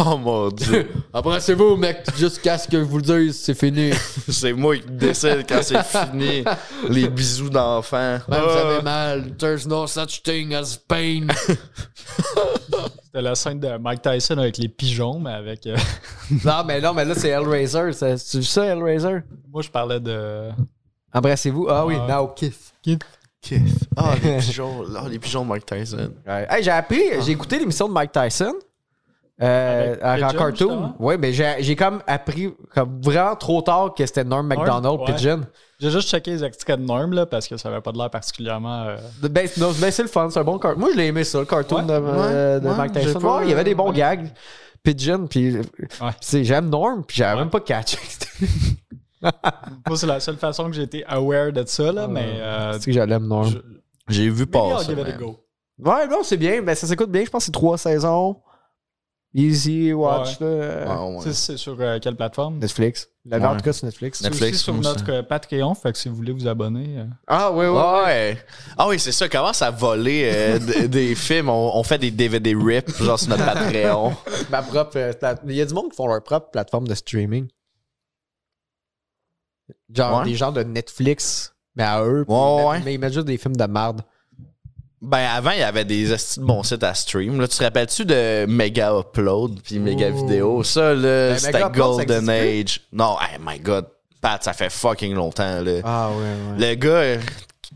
Speaker 2: Oh mon dieu.
Speaker 3: Embrassez-vous, mec, jusqu'à ce que je vous le dise, c'est fini.
Speaker 2: c'est moi qui décide quand c'est fini. Les bisous d'enfant.
Speaker 3: Même Ben, vous
Speaker 2: Ah.
Speaker 3: avez mal. There's no such thing as pain.
Speaker 4: C'était la scène de Mike Tyson avec les pigeons, mais avec. euh,
Speaker 3: non, mais non, mais là, c'est Hellraiser. ça. Tu vu ça, Hellraiser?
Speaker 4: moi, je parlais de.
Speaker 3: Embrassez-vous. Ah oui,
Speaker 4: Ouais.
Speaker 3: now kiss.
Speaker 2: Ah, les pigeons. Ah, les pigeons Mike Tyson.
Speaker 3: Hey, j'ai appris, j'ai écouté l'émission de Mike Tyson. Euh,
Speaker 4: Ah. Avec
Speaker 3: en
Speaker 4: Pigeon,
Speaker 3: cartoon.
Speaker 4: justement.
Speaker 3: Oui, mais j'ai j'ai comme appris comme vraiment trop tard que c'était Norm MacDonald,
Speaker 4: Ouais.
Speaker 3: Pigeon.
Speaker 4: J'ai juste checké les extraits de Norm, là, parce que ça avait pas de l'air particulièrement. euh,
Speaker 3: Ben, c'est- non, ben, c'est le fun, c'est un bon cartoon. Moi, je l'ai aimé ça, le cartoon
Speaker 4: Ouais,
Speaker 3: de, euh,
Speaker 2: ouais,
Speaker 3: de
Speaker 2: ouais,
Speaker 3: Mike
Speaker 2: j'ai
Speaker 3: Tyson.
Speaker 2: pas-
Speaker 3: Ouais, il y avait des bons
Speaker 4: ouais.
Speaker 3: gags. Pigeon, puis
Speaker 4: Ouais.
Speaker 3: tu sais, j'aime Norm, puis j'avais
Speaker 4: Ouais. Ben,
Speaker 3: même pas catché. que c'était-
Speaker 4: Moi, c'est la seule façon que j'ai été aware de ça, là, mais. euh,
Speaker 3: c'est que j'aime Norm.
Speaker 4: je-
Speaker 2: J'ai vu
Speaker 4: Maybe I'll
Speaker 2: passer.
Speaker 4: give it
Speaker 2: man.
Speaker 4: a go.
Speaker 3: Ouais, non, c'est bien. Ben, ça s'écoute bien. Je pense que c'est trois saisons. Easy watch. là.
Speaker 2: Ah, ouais.
Speaker 4: C'est- C'est sur euh, quelle plateforme?
Speaker 3: Netflix. La
Speaker 2: Ouais.
Speaker 3: en tout cas, c'est Netflix.
Speaker 2: Netflix.
Speaker 4: C'est aussi sur
Speaker 2: moi, ça.
Speaker 4: notre euh, Patreon, fait que si vous voulez vous abonner. euh,
Speaker 3: Ah, ouais, ouais.
Speaker 2: Ouais. Ah oui, c'est ça. Commence à voler euh, d- des films. On, on fait des DVD rip, genre sur notre Patreon.
Speaker 3: Ma propre. euh, plate- Il y a du monde qui font leur propre plateforme de streaming. Genre
Speaker 2: Ouais.
Speaker 3: des gens de Netflix, mais à eux. puis ils
Speaker 2: Ouais,
Speaker 3: mettent-
Speaker 2: ouais.
Speaker 3: Mais ils mettent juste des films de merde.
Speaker 2: Ben, avant, il y avait des hosties de bons sites à stream. Là, tu te rappelles-tu de Mega Upload puis Mega
Speaker 3: Ouh. Ben,
Speaker 2: Vidéo? Ça, là, c'était
Speaker 3: Mega Upload, ça
Speaker 2: Golden
Speaker 3: existe
Speaker 2: Age. Non, hey, my God. Pat, ça fait fucking longtemps, là.
Speaker 3: Ah, ouais, ouais.
Speaker 2: Le gars, euh,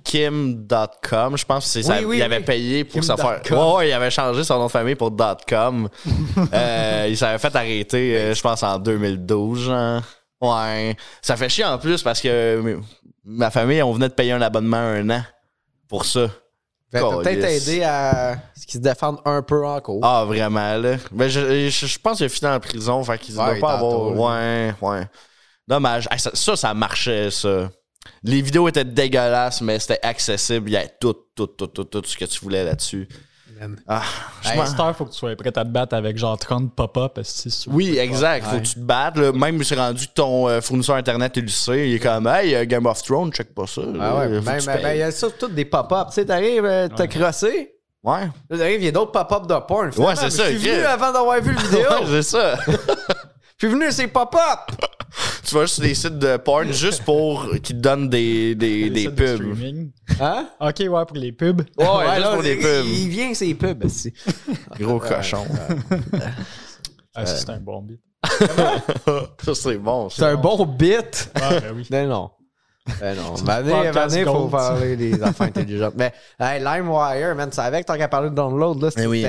Speaker 2: Kim.com, je pense que c'est ça.
Speaker 3: Oui, oui,
Speaker 2: il avait
Speaker 3: oui.
Speaker 2: payé pour se
Speaker 3: Kim
Speaker 2: faire.
Speaker 3: dot com.
Speaker 2: Ouais, ouais, il avait changé son nom de famille pour .com. euh, il s'avait fait arrêter, euh, je pense, en 2012. genre. Ouais. Ça fait chier en plus parce que euh, ma famille, on venait de payer un abonnement un an pour ça.
Speaker 3: Fait que t'as peut-être
Speaker 2: Calisse.
Speaker 3: aidé à ce qu'ils se défendent un peu en cours.
Speaker 2: Ah, vraiment, là. Mais je, je, je pense qu'il a fini en prison, fait qu'il
Speaker 3: Ouais,
Speaker 2: doit pas
Speaker 3: tantôt,
Speaker 2: avoir. Ouais, ouais. Dommage. Hey, ça, ça, ça marchait, ça. Les vidéos étaient dégueulasses, mais c'était accessible. Il y avait tout, tout, tout, tout, tout ce que tu voulais là-dessus. Ah, je
Speaker 4: Hey,
Speaker 2: m'en-
Speaker 4: Star, faut que tu sois prêt à te battre avec genre 30 pop-up. parce que c'est sûr.
Speaker 2: Oui, exact. Faut
Speaker 4: Ouais.
Speaker 2: que tu te battes. Là. Même si rendu que ton euh, fournisseur Internet, tu le sais, il est comme, hey, euh, Game of Thrones, check pas ça.
Speaker 3: Ah
Speaker 2: là.
Speaker 3: ouais,
Speaker 2: Faut
Speaker 3: ben,
Speaker 2: que tu
Speaker 3: ben, ben, il
Speaker 2: payes.
Speaker 3: y a surtout des pop-ups. Tu sais, t'arrives, euh, t'as crossé.
Speaker 2: Ouais.
Speaker 3: Là, t'arrives, il y a d'autres pop-ups de porn. Finalement,
Speaker 2: Ouais, c'est
Speaker 3: mais
Speaker 2: ça,
Speaker 3: Je suis venu
Speaker 2: Chris.
Speaker 3: avant d'avoir vu le vidéo.
Speaker 2: Ouais, c'est ça.
Speaker 3: Je suis venu à ces pop-ups.
Speaker 2: tu vas juste sur des sites de porn juste pour qu'ils te donnent des, des,
Speaker 4: Les
Speaker 2: des
Speaker 4: sites de
Speaker 2: pubs.
Speaker 4: streaming.
Speaker 3: Hein?
Speaker 4: Ok, ouais, pour les pubs.
Speaker 2: Ouais, juste pour des
Speaker 3: il-
Speaker 2: pubs.
Speaker 3: Il vient ces pubs. aussi.
Speaker 2: Gros cochon.
Speaker 4: Ah, ça, c'est un bon beat.
Speaker 2: ça, c'est bon. ça.
Speaker 3: C'est un bon bit.
Speaker 4: Ah, ben oui.
Speaker 3: Non, non. Ben non.
Speaker 4: podcast
Speaker 3: il faut
Speaker 4: gold, ça.
Speaker 3: parler des affaires intelligentes. Mais hey, LimeWire, man, tu savais que tant qu'à parler de download, là, c'était.
Speaker 2: Eh oui.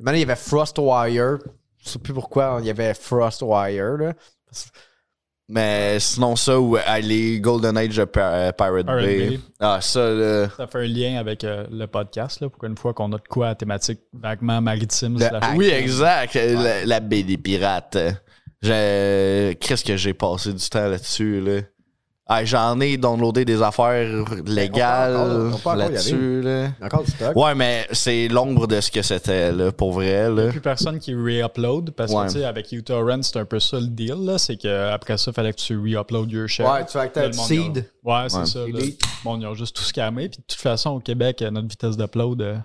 Speaker 3: Maintenant, il y avait Frostwire. Je sais plus pourquoi hein, il y avait Frostwire. Là.
Speaker 2: Mais sinon, ça, ou euh, les Golden Age de Par- euh, Pirate,
Speaker 4: Pirate
Speaker 2: Bay.
Speaker 4: Bay.
Speaker 2: Ah, ça, là.
Speaker 4: Ça fait un lien avec euh, le podcast, là, pour qu'une fois qu'on a de quoi à thématique vaguement maritime.
Speaker 2: Le-
Speaker 4: slash-
Speaker 2: oui, exact. La, la baie des pirates. Je- Qu'est-ce que j'ai passé du temps là-dessus, là? Ah, J'en ai downloadé des affaires légales
Speaker 3: on peut encore y aller.
Speaker 2: là-dessus, là.
Speaker 3: Il y a Encore du stock.
Speaker 2: Ouais, mais c'est l'ombre de ce que c'était, là, pour vrai,
Speaker 4: Il n'y
Speaker 2: là.
Speaker 4: a plus personne qui re-upload parce
Speaker 2: Ouais.
Speaker 4: que, tu sais, avec uTorrent, c'est un peu ça le deal, là. C'est qu'après ça, il fallait que tu re-upload your share.
Speaker 3: Ouais, tu fais avec ta
Speaker 4: Là, le monde,
Speaker 3: seed.
Speaker 4: il a- Ouais, c'est
Speaker 2: Ouais.
Speaker 4: ça. là.
Speaker 3: Elite.
Speaker 4: Bon, ils ont juste tout scammé. Puis de toute façon, au Québec, euh, notre vitesse d'upload. euh,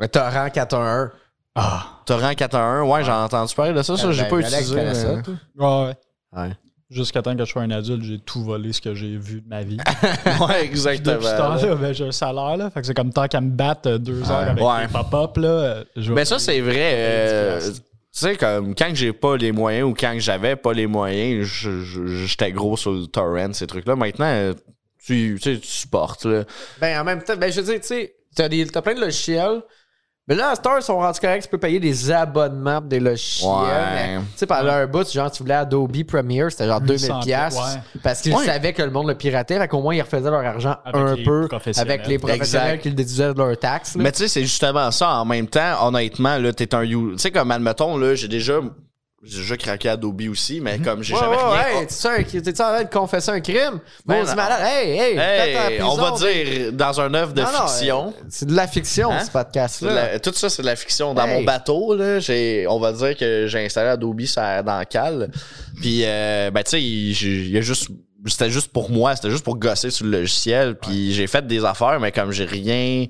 Speaker 3: Un torrent 411.
Speaker 4: Ah!
Speaker 2: Torrent 4.1, ouais, j'ai entendu parler de ça, ça,
Speaker 3: Ben,
Speaker 2: j'ai pas utilisé.
Speaker 3: hein.
Speaker 2: mais-
Speaker 4: Ouais, ouais.
Speaker 3: Ouais.
Speaker 4: Jusqu'à temps que je sois un adulte, j'ai tout volé ce que j'ai vu de
Speaker 2: ouais,
Speaker 4: ma vie. Puis depuis ce
Speaker 2: exactement.
Speaker 4: temps-là, ben, j'ai un salaire, là. Fait que c'est comme tant qu'à me battre euh, deux heures avec
Speaker 2: Ouais.
Speaker 4: des pop-up, là. euh, je vais-
Speaker 2: Mais Ben, ça, c'est vrai. euh, tu sais, comme quand que j'ai pas les moyens ou quand que j'avais pas les moyens, je- je- j'étais gros sur le torrent, ces trucs-là. Maintenant, euh, tu, tu sais, tu supportes. Là.
Speaker 3: Ben, en même temps, ben, je veux dire, tu sais, t'as, des- t'as plein de logiciels. Mais là, à cette heure, ils sont rendus corrects. Tu peux payer des abonnements pour des logiciels.
Speaker 2: Ouais.
Speaker 3: Mais, Tu sais, pendant un bout, genre, tu voulais Adobe Premiere, c'était genre 2000
Speaker 4: 800,
Speaker 3: pièces
Speaker 4: ouais.
Speaker 3: Parce qu'ils
Speaker 2: Ouais.
Speaker 3: savaient que le monde le piratait. Fait qu'au moins, ils refaisaient leur argent
Speaker 4: Avec
Speaker 3: un
Speaker 4: les
Speaker 3: peu
Speaker 4: professionnels.
Speaker 3: avec les professionnels
Speaker 2: Exact.
Speaker 3: qui le déduisaient de leurs taxes. là.
Speaker 2: Mais tu sais, c'est justement ça. En même temps, honnêtement, là, t'es un. you- Tu sais, comme admettons, là, j'ai déjà. J'ai déjà craqué Adobe aussi, mais comme j'ai
Speaker 3: Mhm. Ouais,
Speaker 2: jamais
Speaker 3: ouais,
Speaker 2: rien.
Speaker 3: ouais, t'es-tu un- t'es-tu en train de confesser un crime?
Speaker 2: Ben
Speaker 3: Maudit
Speaker 2: non.
Speaker 3: malade. Hey, hey,
Speaker 2: Hey,
Speaker 3: faites en
Speaker 2: on va
Speaker 3: prison.
Speaker 2: dire dans un œuvre de
Speaker 3: Non, non,
Speaker 2: fiction.
Speaker 3: euh, c'est de la fiction,
Speaker 2: Hein?
Speaker 3: ce podcast-là.
Speaker 2: C'est de la- tout ça, c'est de la fiction. Dans
Speaker 3: Hey.
Speaker 2: mon bateau, là, j'ai, on va dire que j'ai installé Adobe sur- dans le Cal. Puis, euh, ben, tu sais, il j'ai- il y a juste. C'était juste pour moi, c'était juste pour gosser sur le logiciel. Puis j'ai fait des affaires, mais comme j'ai rien.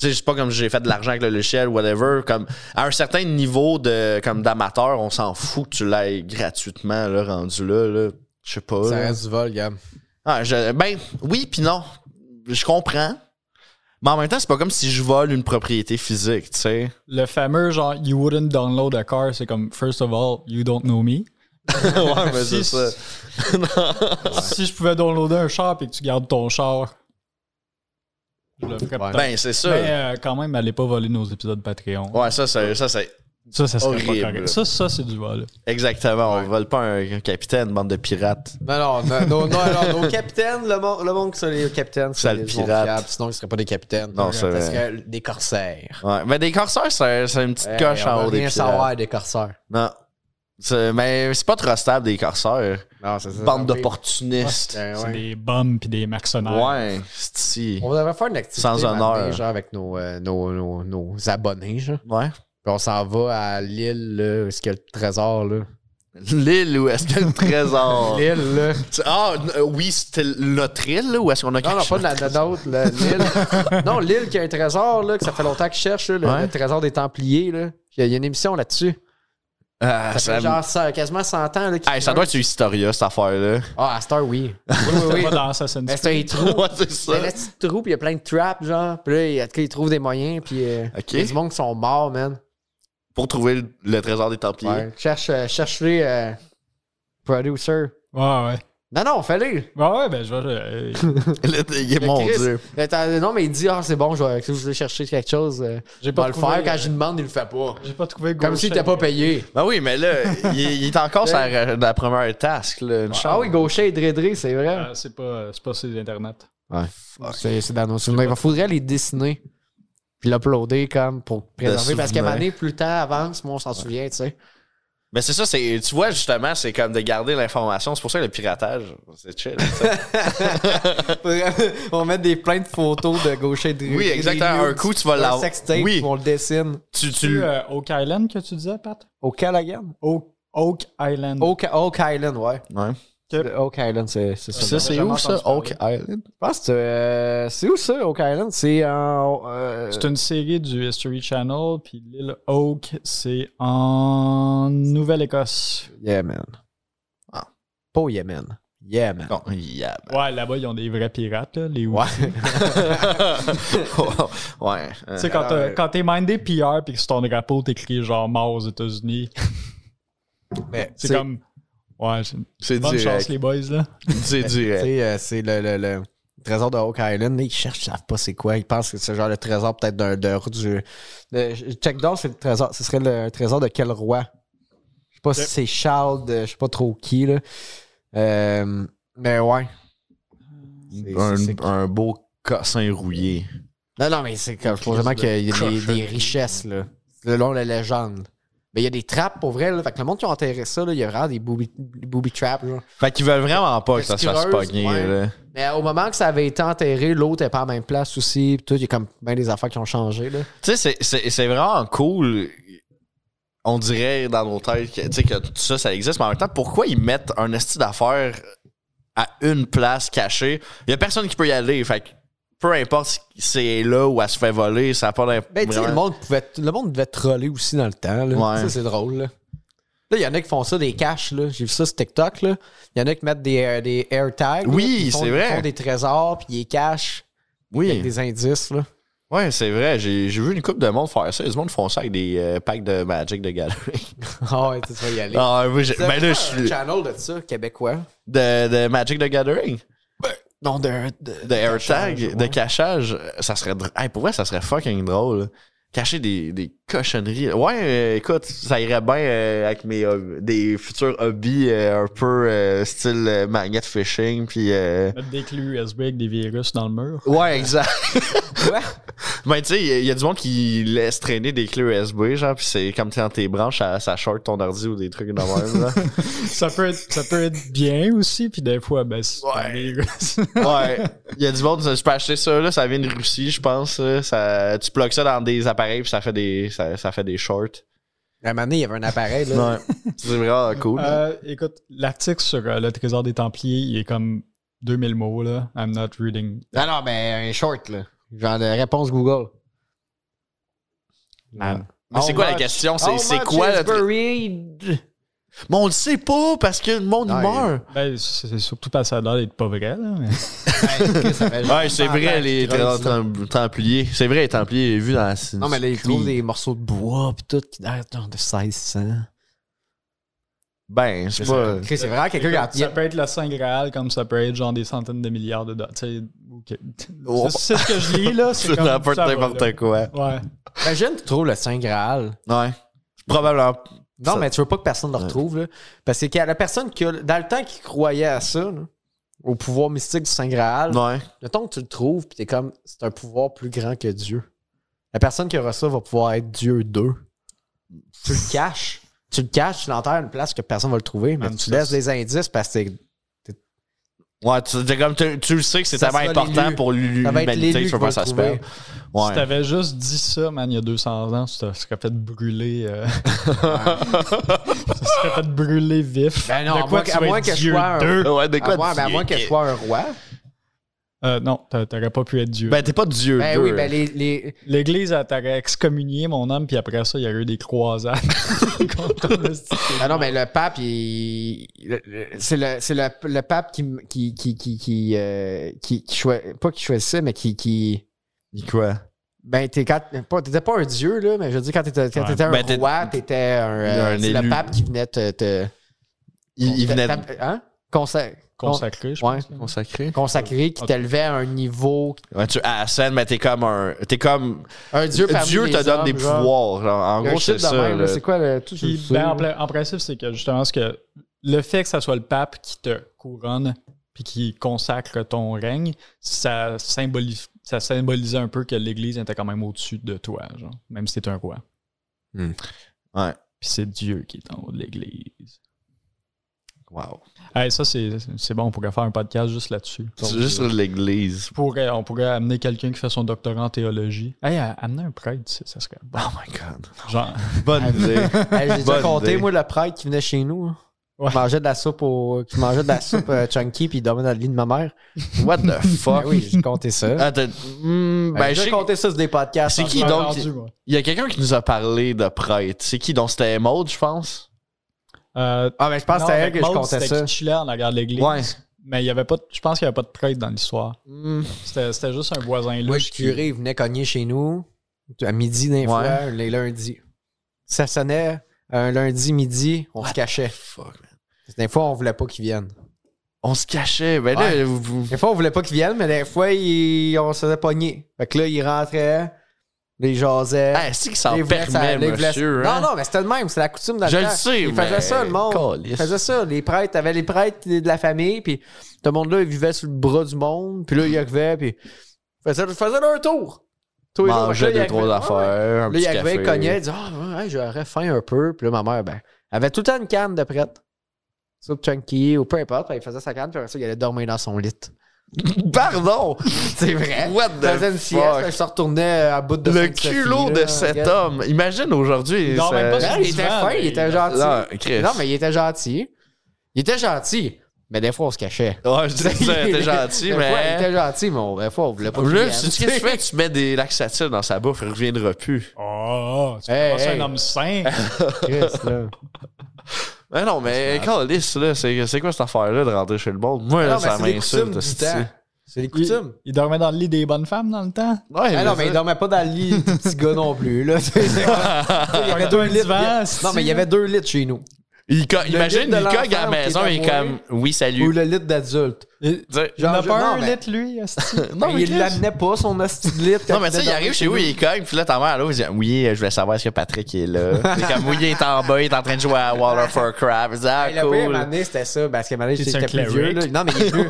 Speaker 2: Tu sais, c'est pas comme j'ai fait de l'argent avec le logiciel, whatever. Comme à un certain niveau de comme d'amateur, on s'en fout que tu l'ailles gratuitement, là, rendu là. là. Je sais pas.
Speaker 3: Ça
Speaker 2: là.
Speaker 3: reste du vol, gars.
Speaker 2: Ah, je- ben, oui, puis non. Je comprends. Mais en même temps, c'est pas comme si je vole une propriété physique, tu sais.
Speaker 4: Le fameux genre, you wouldn't download a car, c'est comme, first of all, you don't know me.
Speaker 2: ouais, mais
Speaker 4: Si-
Speaker 2: c'est ça.
Speaker 4: Si je pouvais downloader un char et que tu gardes ton char, je le ferais
Speaker 3: Ouais.
Speaker 4: peut-être.
Speaker 2: Ben, c'est ça.
Speaker 4: Mais euh, quand même, allez pas voler nos épisodes Patreon.
Speaker 2: Ouais, ça, c'est. Ça, c'est
Speaker 4: Ça, ça serait
Speaker 2: Horrible.
Speaker 4: pas correct. Ça, ça c'est du vol.
Speaker 2: exactement. On vole pas un, un capitaine, bande de pirates.
Speaker 3: Non, Ben non, non, non, non, non, nos capitaines, le monde, le monde qui sont les capitaines, c'est
Speaker 2: Sale
Speaker 3: les
Speaker 2: pirate.
Speaker 3: sinon ils ne seraient pas des capitaines.
Speaker 2: Non, c'est
Speaker 3: Parce
Speaker 2: vrai.
Speaker 3: que des corsaires.
Speaker 2: Ouais. Mais des corsaires, c'est, c'est une petite
Speaker 3: Hey,
Speaker 2: coche
Speaker 3: on
Speaker 2: en
Speaker 3: veut
Speaker 2: haut des
Speaker 3: rien
Speaker 2: pirates.
Speaker 3: savoir des corsaires.
Speaker 2: Non. C'est- mais c'est pas trop stable, des corsaires.
Speaker 3: Non, c'est ça.
Speaker 2: Bande d'opportunistes.
Speaker 3: Ben
Speaker 4: C'est
Speaker 3: ouais.
Speaker 4: des bums puis des mercenaires.
Speaker 2: Ouais, c'est ici.
Speaker 3: On devrait faire une activité.
Speaker 2: Sans
Speaker 3: maintenant,
Speaker 2: honneur.
Speaker 3: Genre avec nos, euh, nos, nos, nos abonnés, genre.
Speaker 2: Ouais.
Speaker 3: Puis on s'en va à l'île, là, où est-ce qu'il y a le trésor, là.
Speaker 2: L'île où est-ce qu'il y a le trésor?
Speaker 3: L'île, là.
Speaker 2: Tu- Ah, n- euh, oui, c'était notre île, là, ou est-ce qu'on a quelque
Speaker 3: Non, non, pas
Speaker 2: chose?
Speaker 3: de la de l'autre, là, l'île. non, l'île qui a un trésor, là, que ça fait longtemps que je cherche, là, le,
Speaker 2: Ouais.
Speaker 3: le trésor des Templiers, là. Il y a- il y a une émission là-dessus.
Speaker 2: Ah,
Speaker 3: Ça,
Speaker 2: ça,
Speaker 3: fait genre ça, quasiment 100 ans. Là, qu'il-
Speaker 2: Hey, ça doit être sur Historia, cette affaire-là.
Speaker 3: Ah, à Star, oui. Oui, oui, oui.
Speaker 4: Pas dans Assassin's
Speaker 3: Mais c'est un
Speaker 4: Creed.
Speaker 3: trou.
Speaker 2: ouais, c'est
Speaker 3: C'est un
Speaker 2: ça.
Speaker 3: petit trou, puis il y a plein de traps, genre. Puis là, il y a- en tout cas, ils trouvent des moyens, puis euh,
Speaker 2: Ok.
Speaker 3: il y a du monde qui sont morts, man.
Speaker 2: Pour trouver le, le trésor des Templiers.
Speaker 3: Ouais. Cherche, euh, cherche-les, euh, producer.
Speaker 4: Ouais, ouais.
Speaker 3: Non, non, fais-les.
Speaker 4: Ouais, ouais, ben je vais. euh,
Speaker 2: Le- il est- mon
Speaker 3: Chris,
Speaker 2: Dieu.
Speaker 3: euh, t'as- Non, mais il dit, ah, c'est bon, je vais, si vous voulez chercher quelque chose, euh,
Speaker 4: J'ai
Speaker 3: on
Speaker 4: pas
Speaker 3: va le
Speaker 4: trouvé,
Speaker 3: faire. Quand
Speaker 4: euh,
Speaker 3: je lui demande, il le fait pas.
Speaker 4: J'ai pas trouvé
Speaker 3: Comme s'il était pas payé.
Speaker 2: Ben oui, mais là, il, il est encore sur la, la première task. Là, une
Speaker 3: Ah
Speaker 2: chance.
Speaker 3: oui, gaucher et drédré, c'est vrai.
Speaker 4: Ah, c'est pas, c'est pas sur Internet.
Speaker 3: C'est c'est dans nos souvenirs. Il faudrait les dessiner. Puis l'uploader comme pour préserver. Parce qu'à un
Speaker 2: souvenirs.
Speaker 3: moment donné, plus le temps avance, moi on s'en souvient, tu sais.
Speaker 2: Mais c'est ça, c'est, tu vois, justement, c'est comme de garder l'information. C'est pour ça que le piratage, c'est chill. ça.
Speaker 3: on met des plein de photos de gaucher de
Speaker 2: Oui, exactement. Un coup, tu vas l'avoir. Oui,
Speaker 3: on le dessine.
Speaker 2: tu.
Speaker 4: Tu
Speaker 2: tu
Speaker 4: euh, Oak Island que tu disais, Pat
Speaker 3: Au Calagan?
Speaker 4: Oak, Oak Island.
Speaker 3: Oak, Oak Island, ouais.
Speaker 2: ouais.
Speaker 3: Le Oak Island, c'est c'est ça.
Speaker 2: Ça, c'est
Speaker 4: jamais
Speaker 2: où, ça?
Speaker 4: entendu parler.
Speaker 2: Oak Island?
Speaker 3: Je pense que c'est, euh, c'est où ça, Oak Island? C'est en. euh,
Speaker 4: C'est une série du History Channel, puis l'île Oak, c'est en Nouvelle-Écosse.
Speaker 3: Yemen.
Speaker 2: Ah.
Speaker 3: Pas au Yémen. Yemen.
Speaker 2: Non, yeah.
Speaker 4: Ouais, là-bas, ils ont des vrais pirates, là, les
Speaker 2: Ouais. Ah. ouais. euh,
Speaker 4: Tu sais, quand t'as- quand t'es mindé PR puis que sur ton drapeau, t'écris genre mort aux États-Unis,
Speaker 3: Mais
Speaker 4: c'est comme. Ouais, c'est-
Speaker 2: C'est
Speaker 4: bonne chance,
Speaker 2: direct.
Speaker 4: les boys, là.
Speaker 2: C'est
Speaker 3: Tu
Speaker 2: direct.
Speaker 3: sais, euh, c'est le, le, le- Le trésor de Hawk Island, là, ils cherchent, ils savent pas c'est quoi. Ils pensent que c'est genre le trésor peut-être d'un de, du. de- check down, c'est le trésor. Ce serait le trésor de quel roi? Je sais pas si c'est Charles de je sais pas trop qui là. Euh, mais ouais. C'est-
Speaker 2: Un,
Speaker 3: c'est- c'est-
Speaker 2: un beau cossin rouillé.
Speaker 3: Non, non, mais c'est comme supposément qu'il y a des, des richesses là. Selon la légende. Mais il y a des trappes pour vrai, là. Fait que le monde qui a enterré ça, là, il y a vraiment des booby, booby traps, genre.
Speaker 2: Fait qu'ils veulent vraiment pas que ça se fasse
Speaker 3: Esquiveuse,
Speaker 2: pogner.
Speaker 3: ouais.
Speaker 2: là.
Speaker 3: Mais au moment que ça avait été enterré, l'autre n'est pas à la même place aussi. Puis tout, il y a comme bien des affaires qui ont changé. Là.
Speaker 2: Tu sais, c'est- c'est c'est vraiment cool. On dirait dans nos têtes que, tu sais, que tout ça, ça existe. Mais en même temps, pourquoi ils mettent un esti d'affaires à une place cachée? Il y a personne qui peut y aller. Fait que peu importe si c'est là ou elle se fait voler, ça n'a pas d'importance.
Speaker 3: Ben, tu sais, le monde pouvait le monde devait troller aussi dans le temps. Là.
Speaker 2: Ouais.
Speaker 3: Ça, c'est drôle. Là, Là, il y en a qui font ça des caches. là. J'ai vu ça sur TikTok. là. Il y en a qui mettent des, euh, des air tags. là,
Speaker 2: Oui,
Speaker 3: puis ils font-
Speaker 2: c'est vrai.
Speaker 3: Ils font des trésors, puis ils les cachent avec
Speaker 2: Oui,
Speaker 3: des indices. Là.
Speaker 2: ouais, c'est vrai. J'ai j'ai vu une couple de monde faire ça. Les monde font ça avec des euh, packs de Magic de Galerie.
Speaker 3: Ah ouais, tu sais, tu vas y aller.
Speaker 2: Ah, oui, j'ai-
Speaker 3: C'est
Speaker 2: ben là, je
Speaker 3: un
Speaker 2: suis.
Speaker 3: channel de ça, québécois.
Speaker 2: De, de Magic the Gathering.
Speaker 3: Ben, Non, de, de-
Speaker 2: De AirTag,
Speaker 3: cachage,
Speaker 2: de
Speaker 3: ouais.
Speaker 2: cachage, euh, ça serait. dr- Hey, pour vrai, ça serait fucking drôle. là. Cacher des, des cochonneries. Ouais, euh, écoute, ça irait bien euh, avec mes hob- des futurs hobbies euh, un peu euh, style euh, magnet fishing, puis. euh,
Speaker 4: Mettre des clés USB avec des virus dans le mur.
Speaker 2: Ouais, exact.
Speaker 3: Ouais.
Speaker 2: Mais ben, tu sais, il y a- il y, a du monde qui laisse traîner des clés USB, genre, puis c'est comme t'es dans tes branches, ça, ça short ton ordi ou des trucs de même, là.
Speaker 4: Ça peut être, ça peut être bien aussi, puis des fois, ben, c'est
Speaker 2: Ouais.
Speaker 4: un virus.
Speaker 2: Ouais. Il y a du monde, je peux acheter ça, là, ça vient de Russie, je pense. là. Ça, tu plugues ça dans des appareils, puis ça fait des, ça, ça fait des shorts.
Speaker 3: À un moment donné, il y avait un appareil. Là.
Speaker 2: Ouais. C'est vraiment cool.
Speaker 4: Euh, écoute, l'article sur euh, le trésor des Templiers, il est comme 2000 mots, là. I'm not reading.
Speaker 3: Non, non, mais un short, là. Genre de réponse Google.
Speaker 4: Man.
Speaker 2: Mais c'est
Speaker 3: How
Speaker 2: quoi la
Speaker 3: much-
Speaker 2: question?
Speaker 3: how
Speaker 2: C'est c'est
Speaker 3: much
Speaker 2: quoi
Speaker 3: is
Speaker 2: le truc?
Speaker 3: buried?
Speaker 2: Oh Mais on le sait pas parce que le monde il
Speaker 3: Ouais.
Speaker 2: meurt.
Speaker 4: Ben, c'est c'est surtout parce que ça a l'air d'être pas vrai, là. mais-
Speaker 2: Ouais, c'est
Speaker 3: Ah,
Speaker 2: vrai, les
Speaker 3: Non,
Speaker 2: tem- Templiers. C'est vrai, les Templiers, j'ai vu dans la
Speaker 3: mais là, ils trouvent des morceaux de bois pis tout qui datent genre de 1600.
Speaker 2: Ben, c'est pas.
Speaker 3: Chris, C'est vraiment quelqu'un qui a.
Speaker 4: ça peut être le Saint Graal, comme ça peut être genre des centaines de milliards de dollars. Tu sais, ok.
Speaker 3: Oh.
Speaker 4: C'est- C'est ce que je lis, là.
Speaker 2: C'est
Speaker 4: comme-
Speaker 2: n'importe
Speaker 4: ça va,
Speaker 2: n'importe
Speaker 4: là.
Speaker 2: quoi.
Speaker 4: Ouais.
Speaker 3: Imagine, tu trouves le Saint Graal.
Speaker 2: Ouais. Probablement.
Speaker 3: Non,
Speaker 2: Ça-
Speaker 3: mais tu veux pas que personne le retrouve, là. Parce que la personne qui a. Dans le temps qui croyait à ça, là, au pouvoir mystique du Saint Graal,
Speaker 2: Ouais.
Speaker 3: le temps que tu le trouves pis t'es comme. C'est un pouvoir plus grand que Dieu. La personne qui aura ça va pouvoir être Dieu 2. Tu le caches. Tu le caches, tu l'enterres à une place que personne va le trouver, mais
Speaker 2: Ah,
Speaker 4: Man,
Speaker 3: tu
Speaker 4: ça,
Speaker 3: laisses
Speaker 4: c'est-
Speaker 3: des indices parce que c'est-
Speaker 2: Ouais, tu, t'es comme, tu, tu le sais que c'est
Speaker 3: Ça
Speaker 2: tellement
Speaker 3: sera
Speaker 2: important
Speaker 3: l'élu.
Speaker 2: pour
Speaker 3: Ça va être
Speaker 2: l'humanité,
Speaker 3: l'élu
Speaker 2: tu peux
Speaker 3: qui va
Speaker 2: pas
Speaker 3: le
Speaker 2: ça se
Speaker 3: trouver.
Speaker 2: perd. Ouais.
Speaker 4: Si t'avais juste dit ça, man, il y a 200 ans, tu te serais fait brûler. euh, tu te serais fait brûler vif.
Speaker 3: Ben non, à
Speaker 4: De
Speaker 3: moins
Speaker 4: quoi
Speaker 3: que-
Speaker 4: tu
Speaker 3: à
Speaker 4: sois
Speaker 3: moins que je
Speaker 4: Dieu
Speaker 3: sois un-
Speaker 4: deux.
Speaker 2: Ouais, de
Speaker 3: Ah
Speaker 2: quoi
Speaker 3: ouais, mais à
Speaker 2: Dieu
Speaker 3: moins qu'elle
Speaker 2: est-
Speaker 3: soit un roi.
Speaker 4: Euh, non, t'a- t'aurais pas pu être Dieu.
Speaker 2: Ben, t'es pas Dieu.
Speaker 3: Ben
Speaker 2: deux.
Speaker 3: oui, ben les. les-
Speaker 4: L'Église, elle t'aurait excommunié, mon homme, puis après ça, il y aurait eu des croisades. contre le style.
Speaker 3: Ah non, mais le pape, il. le- le- C'est le, c'est le, le pape qui. m- qui, qui, qui, qui, euh, qui, qui choi- Pas qui choisissait, mais qui. qui
Speaker 2: Dis Quoi?
Speaker 3: ben, t'es quand- pas- t'étais pas un dieu, là, mais je veux dire, quand t'étais, quand
Speaker 4: Ouais.
Speaker 3: t'étais un
Speaker 2: Ben, t'es-
Speaker 3: roi, t'étais un. euh,
Speaker 2: Un
Speaker 3: c'est le
Speaker 2: élu.
Speaker 3: pape qui venait te. te-
Speaker 2: Il, il
Speaker 3: te-
Speaker 2: venait
Speaker 3: t'app- Hein? Consa-
Speaker 4: Consacré, je
Speaker 3: Ouais.
Speaker 4: pense.
Speaker 2: consacré.
Speaker 3: Consacré, qui
Speaker 4: Ok.
Speaker 3: t'élevait à un niveau.
Speaker 2: Ouais, tu à la scène, mais t'es comme un. T'es comme.
Speaker 3: Un dieu parmi
Speaker 2: Dieu
Speaker 3: les
Speaker 2: te donne des
Speaker 3: hommes, genre.
Speaker 2: pouvoirs. genre. En
Speaker 3: Un
Speaker 2: gros,
Speaker 3: shit
Speaker 2: c'est
Speaker 3: de
Speaker 2: ça.
Speaker 3: même, là,
Speaker 2: là.
Speaker 3: C'est quoi le. Tout
Speaker 4: Puis,
Speaker 3: tout
Speaker 4: ben,
Speaker 3: ça,
Speaker 4: en, pla- en principe, c'est que justement, ce que le fait que ça soit le pape qui te couronne puis qui consacre ton règne, ça, symbolise, ça symbolisait un peu que l'Église était quand même au-dessus de toi, genre, même si t'es un roi.
Speaker 2: Hmm. Ouais.
Speaker 4: Puis c'est Dieu qui est en haut de l'Église.
Speaker 2: Wow.
Speaker 4: Hey, ça, c'est c'est bon, on pourrait faire un podcast juste là-dessus.
Speaker 2: C'est juste sur l'église.
Speaker 4: On pourrait, on pourrait amener quelqu'un qui fait son doctorat en théologie. Hey, à- amener un prêtre, ça, ça serait bon.
Speaker 2: Oh my god.
Speaker 4: Genre,
Speaker 3: Ah
Speaker 2: Bonne idée.
Speaker 3: Hey, J'ai déjà
Speaker 2: Bonne
Speaker 3: compté,
Speaker 2: idée.
Speaker 3: moi, le prêtre qui venait chez nous. hein,
Speaker 4: Ouais.
Speaker 3: Qui mangeait de la soupe au, qui mangeait de la soupe euh, chunky puis il dormait dans le lit de ma mère.
Speaker 2: What the fuck?
Speaker 3: Ben oui, j'ai compté ça.
Speaker 2: Ah, t'as- Hmm,
Speaker 3: Ben,
Speaker 2: ben, je
Speaker 3: j'ai
Speaker 2: sais-
Speaker 3: déjà compté ça sur des podcasts.
Speaker 2: C'est qui
Speaker 4: j'ai
Speaker 2: donc?
Speaker 4: entendu, moi.
Speaker 2: Il y a quelqu'un qui nous a parlé de prêtre. C'est qui donc? C'était Maud, je pense?
Speaker 4: Euh,
Speaker 3: Ah, mais je pense que
Speaker 4: Non,
Speaker 3: c'était elle
Speaker 4: avec
Speaker 3: que je
Speaker 4: Maud,
Speaker 3: comptais
Speaker 4: C'était
Speaker 3: ça.
Speaker 4: qui chillait en arrière de l'église.
Speaker 2: Ouais.
Speaker 4: Mais il y avait pas de- je pense qu'il n'y avait pas de prêtre dans l'histoire.
Speaker 2: Hmm.
Speaker 4: C'était c'était juste un voisin là.
Speaker 3: Moi, le curé, il venait cogner chez nous à midi d'un fois, les lundis. Ça sonnait un lundi midi, on se cachait.
Speaker 2: Eh, Fuck, man.
Speaker 3: Des fois, on voulait pas qu'il vienne.
Speaker 2: On se cachait. Ben là,
Speaker 3: Ouais.
Speaker 2: vous- vous-
Speaker 3: Des fois, on voulait pas qu'ils viennent, mais des fois, ils- on se faisait pogner. Fait que là, ils rentraient, les jasaient.
Speaker 2: Ah, c'est qu'il s'en
Speaker 3: les voulaient- ça-
Speaker 2: permet,
Speaker 3: les voulaient-
Speaker 2: monsieur. hein?
Speaker 3: Non, non, mais c'était le même, c'est la coutume dans
Speaker 2: Je
Speaker 3: le
Speaker 2: le
Speaker 3: temps.
Speaker 2: sais,
Speaker 3: Ils faisaient
Speaker 2: mais-
Speaker 3: ça, le monde.
Speaker 2: Calisse.
Speaker 3: Ils faisaient ça, les prêtres. T'avais les prêtres de la famille, puis tout le monde-là, il vivait sur le bras du monde, puis là, ils arrivaient, puis ils faisaient, ils faisaient leur tour. Tous les jours.
Speaker 2: Mangeait
Speaker 3: Fait que là,
Speaker 2: deux,
Speaker 3: ils arrivaient-
Speaker 2: trois affaires. un
Speaker 3: Là,
Speaker 2: petit
Speaker 3: il arrivait, il
Speaker 2: café.
Speaker 3: cognait, il disait Ah, ouais, ouais, j'aurais faim un peu. Puis là, ma mère, ben, elle avait tout le temps une canne de prête. Soupe chunky ou peu importe. Fait, il faisait sa canne, puis après ça, il allait dormir dans son lit.
Speaker 2: Pardon!
Speaker 3: C'est vrai.
Speaker 2: What
Speaker 3: Il faisait
Speaker 2: the
Speaker 3: une sieste,
Speaker 2: fuck?
Speaker 3: il se retournait à bout de
Speaker 2: Le
Speaker 3: Sainte-Sophie,
Speaker 2: culot
Speaker 3: là,
Speaker 2: de cet
Speaker 3: regarde.
Speaker 2: homme. Imagine aujourd'hui.
Speaker 4: Il dort
Speaker 2: ça-
Speaker 4: même pas
Speaker 3: Ben, il était
Speaker 4: Souvent,
Speaker 3: fin, il était
Speaker 4: mais-
Speaker 3: gentil.
Speaker 2: Non, Chris.
Speaker 3: Non, mais il était gentil. Il était gentil, mais des fois, on se cachait.
Speaker 2: Ouais, je disais ça, t'es gentil,
Speaker 3: Des fois, il
Speaker 2: mais.
Speaker 3: était gentil, mais on- des fois, on voulait pas.
Speaker 2: Là,
Speaker 3: qu'il
Speaker 2: c'est
Speaker 3: vienne.
Speaker 2: ce que tu fais, tu mets des laxatives dans sa bouffe, il reviendra plus.
Speaker 4: Oh, tu
Speaker 3: Hey,
Speaker 4: commences
Speaker 3: hey.
Speaker 4: un homme sain.
Speaker 2: Ah,
Speaker 3: Christ, là.
Speaker 2: Mais non, mais Calice, là, c'est c'est quoi cette affaire-là de rentrer chez le monde? Moi, là,
Speaker 3: Non, mais
Speaker 2: ça
Speaker 3: c'est les coutumes
Speaker 2: m'insulte.
Speaker 3: du
Speaker 2: hostie.
Speaker 3: temps. C'est les
Speaker 4: il,
Speaker 3: coutumes.
Speaker 4: il dormait dans le lit des bonnes femmes dans le temps.
Speaker 2: Ouais,
Speaker 3: Ah non, mais il dormait pas dans le lit du petit gars non plus. Là. C'est- c'est- il y avait deux
Speaker 4: Un
Speaker 3: litres.
Speaker 4: divan,
Speaker 3: il y a-
Speaker 4: si.
Speaker 3: Non, mais il y avait deux litres chez nous.
Speaker 2: Il co- Imagine,
Speaker 3: guide de
Speaker 2: il cogne à la
Speaker 3: l'enfant qui
Speaker 2: maison,
Speaker 3: est
Speaker 2: il est
Speaker 3: amoureux.
Speaker 2: comme, oui,
Speaker 3: Ou
Speaker 2: salut.
Speaker 3: le litre d'adulte.
Speaker 4: Il,
Speaker 2: Tu sais,
Speaker 4: il en a
Speaker 3: Genre,
Speaker 4: pas
Speaker 3: je- non,
Speaker 4: un
Speaker 3: mais-
Speaker 4: lit, lui. hostie.
Speaker 3: Non,
Speaker 2: mais
Speaker 3: il
Speaker 2: Chris-
Speaker 3: l'amenait pas, son hostie de litre. quand
Speaker 2: Non, mais tu sais,
Speaker 3: venait
Speaker 2: il arrive
Speaker 3: dormir
Speaker 2: chez vous,
Speaker 3: nous.
Speaker 2: il cogne, puis là, ta mère, là, il dit Oui, je voulais savoir est-ce que Patrick est là. C'est comme, oui, il est en bas, il est en train de jouer à World of Warcraft. Il dit Ah,
Speaker 3: Hey, Le pire, à un moment
Speaker 2: cool.
Speaker 3: donné, c'était ça. Parce qu'à un moment donné,
Speaker 4: C'est
Speaker 3: j'étais
Speaker 4: un
Speaker 3: j'étais plus vieux.
Speaker 4: cleric.
Speaker 3: là. Non, mais il est venu,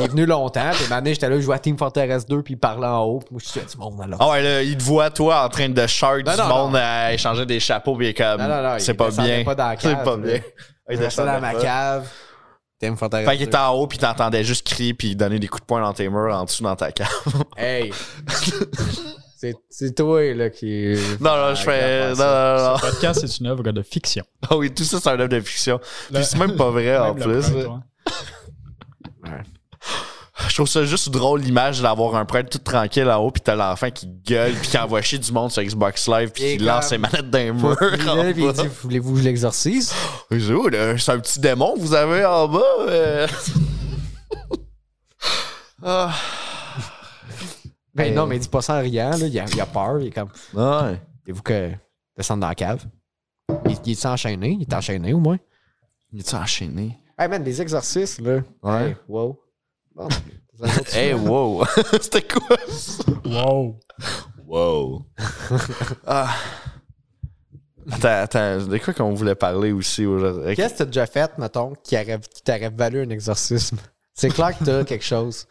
Speaker 3: il est venu longtemps. Puis à un moment donné, j'étais là, je jouais à Team Fortress 2, puis il parlait en haut. Puis moi, je suis du monde, alors.
Speaker 2: Ah ouais, là, il te voit, toi, en train de shirt
Speaker 3: Non,
Speaker 2: du
Speaker 3: non,
Speaker 2: monde à échanger des chapeaux, puis il est comme
Speaker 3: Non, non, non, il
Speaker 2: Ah, C'est pas
Speaker 3: descendait
Speaker 2: bien.
Speaker 3: pas dans la
Speaker 2: C'est
Speaker 3: cave,
Speaker 2: pas
Speaker 3: là.
Speaker 2: bien.
Speaker 3: Il restait
Speaker 2: descendait
Speaker 3: dans ma
Speaker 2: pas.
Speaker 3: cave. Team Fortress
Speaker 2: Fait
Speaker 3: 2.
Speaker 2: qu'il était en haut, puis t'entendais juste crier, puis donner des coups de poing dans tes murs, en dessous dans ta cave.
Speaker 3: Hey! C'est- C'est toi, là, qui.
Speaker 2: Non,
Speaker 3: Ah,
Speaker 2: non, je fais. Non, non, non.
Speaker 4: Ce podcast, c'est une œuvre de fiction.
Speaker 2: Ah oui, tout ça, c'est un œuvre de fiction.
Speaker 4: Le-
Speaker 2: Puis c'est même pas vrai, en
Speaker 4: Même le
Speaker 2: plus.
Speaker 4: printemps, hein.
Speaker 2: Je trouve ça juste drôle l'image d'avoir un prêtre tout tranquille là-haut, puis t'as l'enfant qui gueule, puis qui envoie chier du monde sur Xbox Live, puis
Speaker 3: Et
Speaker 2: qui lance
Speaker 3: comme-
Speaker 2: ses manettes d'un
Speaker 3: Faut-
Speaker 2: mur.
Speaker 3: Il est là, puis il dit,
Speaker 2: en
Speaker 3: voulez-vous que je l'exorcise?
Speaker 2: bas. C'est un petit démon que vous avez en bas. euh. ah.
Speaker 3: Ben
Speaker 2: Euh,
Speaker 3: non, mais il dit pas ça en riant, là. Il a, il a peur. Il est comme,
Speaker 2: Ouais.
Speaker 3: voulez-vous que descende dans la cave? Il, il est enchaîné? Il est enchaîné, au moins.
Speaker 2: Il est enchaîné.
Speaker 3: Hey, man, des exorcistes, là.
Speaker 2: Ouais.
Speaker 3: Hey, wow. Bon, ben,
Speaker 2: Hey, wow. C'était quoi? ça?
Speaker 4: Wow.
Speaker 2: Wow. ah. Attends, attends, de quoi qu'on voulait parler aussi aujourd'hui?
Speaker 3: Qu'est-ce que t'as déjà fait, mettons, qui, aurait- qui t'aurait valu un exorcisme? C'est clair que t'as quelque chose.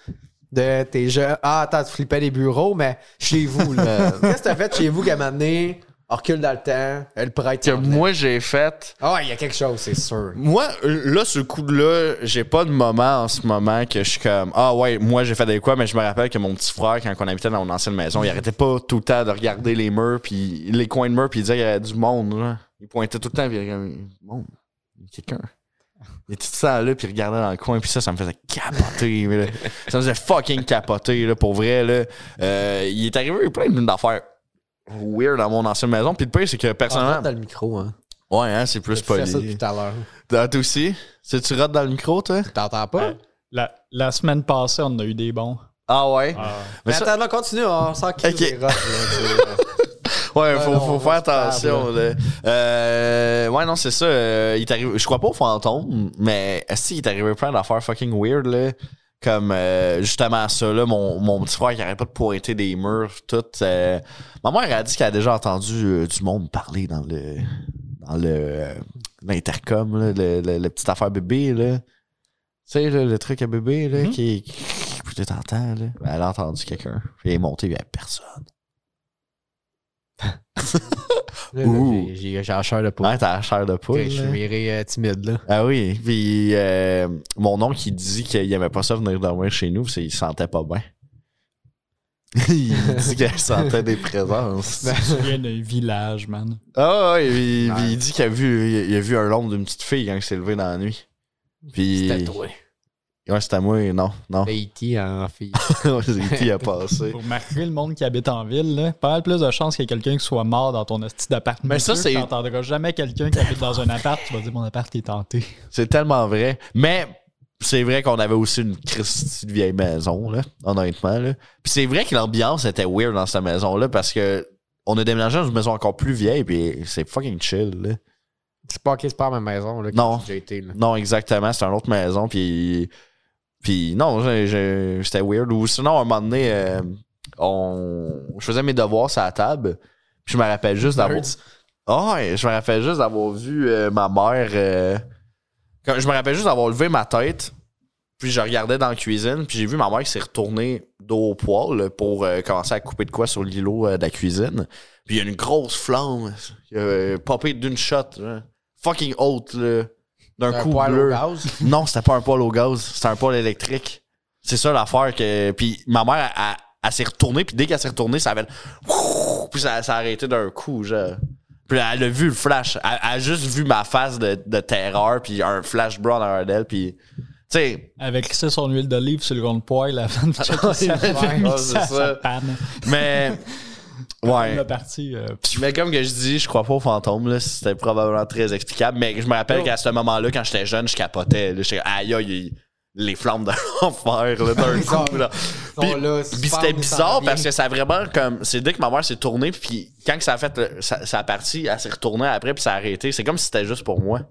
Speaker 3: De tes jeux. Ah, attends, tu flippais les bureaux, mais chez vous, là. Qu'est-ce que t'as fait chez vous qu'à un moment donné, on recule dans le temps, le prêtre.
Speaker 2: que
Speaker 3: s'en venait?
Speaker 2: moi j'ai fait?
Speaker 3: Ah, ouais, il y a quelque chose, c'est sûr.
Speaker 2: Moi, là, ce coup-là, j'ai pas de moment en ce moment que je suis comme Ah ouais, moi j'ai fait des quoi, mais je me rappelle que mon petit frère, quand on habitait dans mon ancienne maison, il arrêtait pas tout le temps de regarder les murs, puis les coins de murs, puis il disait il y avait du monde. Là. Il pointait tout le temps, puis il regardait Du monde, Il y a quelqu'un. Il était tout le temps là, puis il regardait dans le coin, puis ça, ça me faisait capoter. mais là. ça me faisait fucking capoter, là, pour vrai. Là. Euh, il est arrivé plein d'affaires weird dans mon ancienne maison, puis le pire, c'est que
Speaker 3: Ah,
Speaker 2: personnellement.
Speaker 3: dans le micro, hein.
Speaker 2: Ouais, hein, c'est plus
Speaker 3: Tu fais ça
Speaker 2: poli.
Speaker 3: depuis tout à l'heure.
Speaker 2: Toi toi aussi? Tu tu rates dans le micro, toi?
Speaker 3: T'entends pas?
Speaker 2: Euh,
Speaker 4: Ouais. La, la semaine passée, on a eu des bons.
Speaker 2: Ah ouais?
Speaker 4: Ah.
Speaker 3: Mais
Speaker 2: Mais ça-
Speaker 3: attends, là, continue, on s'en crie
Speaker 2: Ok.
Speaker 3: des roches, là, tu-
Speaker 2: ouais, faut,
Speaker 3: non,
Speaker 2: faut
Speaker 3: on va
Speaker 2: faire
Speaker 3: se
Speaker 2: attention. là. Euh, ouais, non, c'est ça. euh, il t'arrive, je crois pas aux fantômes, mais si, il est arrivé plein d'affaires fucking weird, là. Comme euh, justement ça, là, mon, mon petit frère qui arrête pas de pointer des murs, tout. euh, ma mère elle a dit qu'elle a déjà entendu euh, du monde parler dans le. dans le. euh, l'intercom, là, le, le- la petite affaire bébé, là. Tu sais, là, le truc à bébé, là, qui. qui- Puis là, t'entends, là. Elle a entendu quelqu'un. Puis elle est montée, puis il y avait personne.
Speaker 3: Là,
Speaker 2: Ouh.
Speaker 3: là, j'ai- J'ai j'ai la chair de poule.
Speaker 2: Ouais, t'as la chair de poule. hein?
Speaker 3: Je suis
Speaker 2: là.
Speaker 3: viré euh, timide, là.
Speaker 2: Ah oui. Puis euh, mon oncle, il dit qu'il aimait pas ça venir dormir chez nous, parce qu'il se sentait pas bien. il dit qu'il sentait des présences.
Speaker 4: Tu viens d'un village, man.
Speaker 2: Ah ouais, puis-
Speaker 3: Ben. Ouais.
Speaker 2: puis il dit qu'il a vu, il a vu un l'ombre d'une petite fille quand il s'est levé dans la nuit. Puis,
Speaker 3: C'était toi.
Speaker 2: Ouais, c'était moi, non, non.
Speaker 3: Haïti E en fille.
Speaker 2: il a passé.
Speaker 4: Pour marquer le monde qui habite en ville, là, pas mal plus de chances qu'il y ait quelqu'un qui soit mort dans ton hostie d'appartement.
Speaker 2: Mais ça, c'est-
Speaker 4: Tu n'entendras jamais quelqu'un qui habite dans un appart. Tu vas dire, mon appart est tenté.
Speaker 2: C'est tellement vrai. Mais c'est vrai qu'on avait aussi une Christie de vieille maison, là, honnêtement. Là. Puis c'est vrai que l'ambiance était weird dans cette maison-là parce que on a déménagé dans une maison encore plus vieille, puis c'est fucking chill. Là.
Speaker 3: C'est pas, ok, c'est pas à ma maison, là, que
Speaker 2: Non.
Speaker 3: j'ai été, là.
Speaker 2: Non, exactement. C'était une autre maison. Puis, puis non, j'ai- j'ai- c'était weird. Ou sinon, à un moment donné, euh, on, je faisais mes devoirs sur la table. Puis je me rappelle juste d'avoir. Ah ouais, je me rappelle juste d'avoir vu euh, ma mère. euh, quand- je me rappelle juste d'avoir levé ma tête. Puis je regardais dans la cuisine. Puis j'ai vu ma mère qui s'est retournée dos au poil là, pour euh, commencer à couper de quoi sur l'îlot euh, de la cuisine. Puis il y a une grosse flamme qui a popé d'une shot. là. Fucking haute, là. D'un
Speaker 3: Un
Speaker 2: coup
Speaker 3: poêle au
Speaker 2: bleu.
Speaker 3: gaz.
Speaker 2: Non, c'était pas un poêle au gaz, c'était un poêle électrique. C'est ça l'affaire que. Puis ma mère, elle, elle- elle s'est retournée, puis dès qu'elle s'est retournée, ça avait. le- Puis ça, ça a arrêté d'un coup, genre. Puis elle a vu le flash. Elle, elle a juste vu ma face de, de terreur, puis un flash blanc derrière d'elle, puis. Tu sais,
Speaker 4: Elle avait crissé son huile d'olive sur le rond de poêle avant de checker si elle avait
Speaker 2: Ouais,
Speaker 4: mis
Speaker 2: c'est
Speaker 4: ça à
Speaker 2: ça.
Speaker 4: sa panne.
Speaker 2: mais.
Speaker 4: Elle
Speaker 2: Ouais.
Speaker 4: a parti. euh,
Speaker 2: Mais comme que je dis, je crois pas aux fantômes, là. C'était probablement très explicable. Mais je me rappelle qu'à ce moment-là, quand j'étais jeune, je capotais. là. J'étais aïe aïe, il- les flammes de l'enfer, là, d'un coup, là.
Speaker 3: Ils sont
Speaker 2: Puis-
Speaker 3: là, super,
Speaker 2: Puis c'était
Speaker 3: ils s'en
Speaker 2: bizarre
Speaker 3: reviennent.
Speaker 2: parce que ça a vraiment comme. C'est dès que ma mère s'est tournée, puis quand que ça a fait le- sa, sa partie, elle s'est retournée après, puis ça a arrêté. C'est comme si c'était juste pour moi.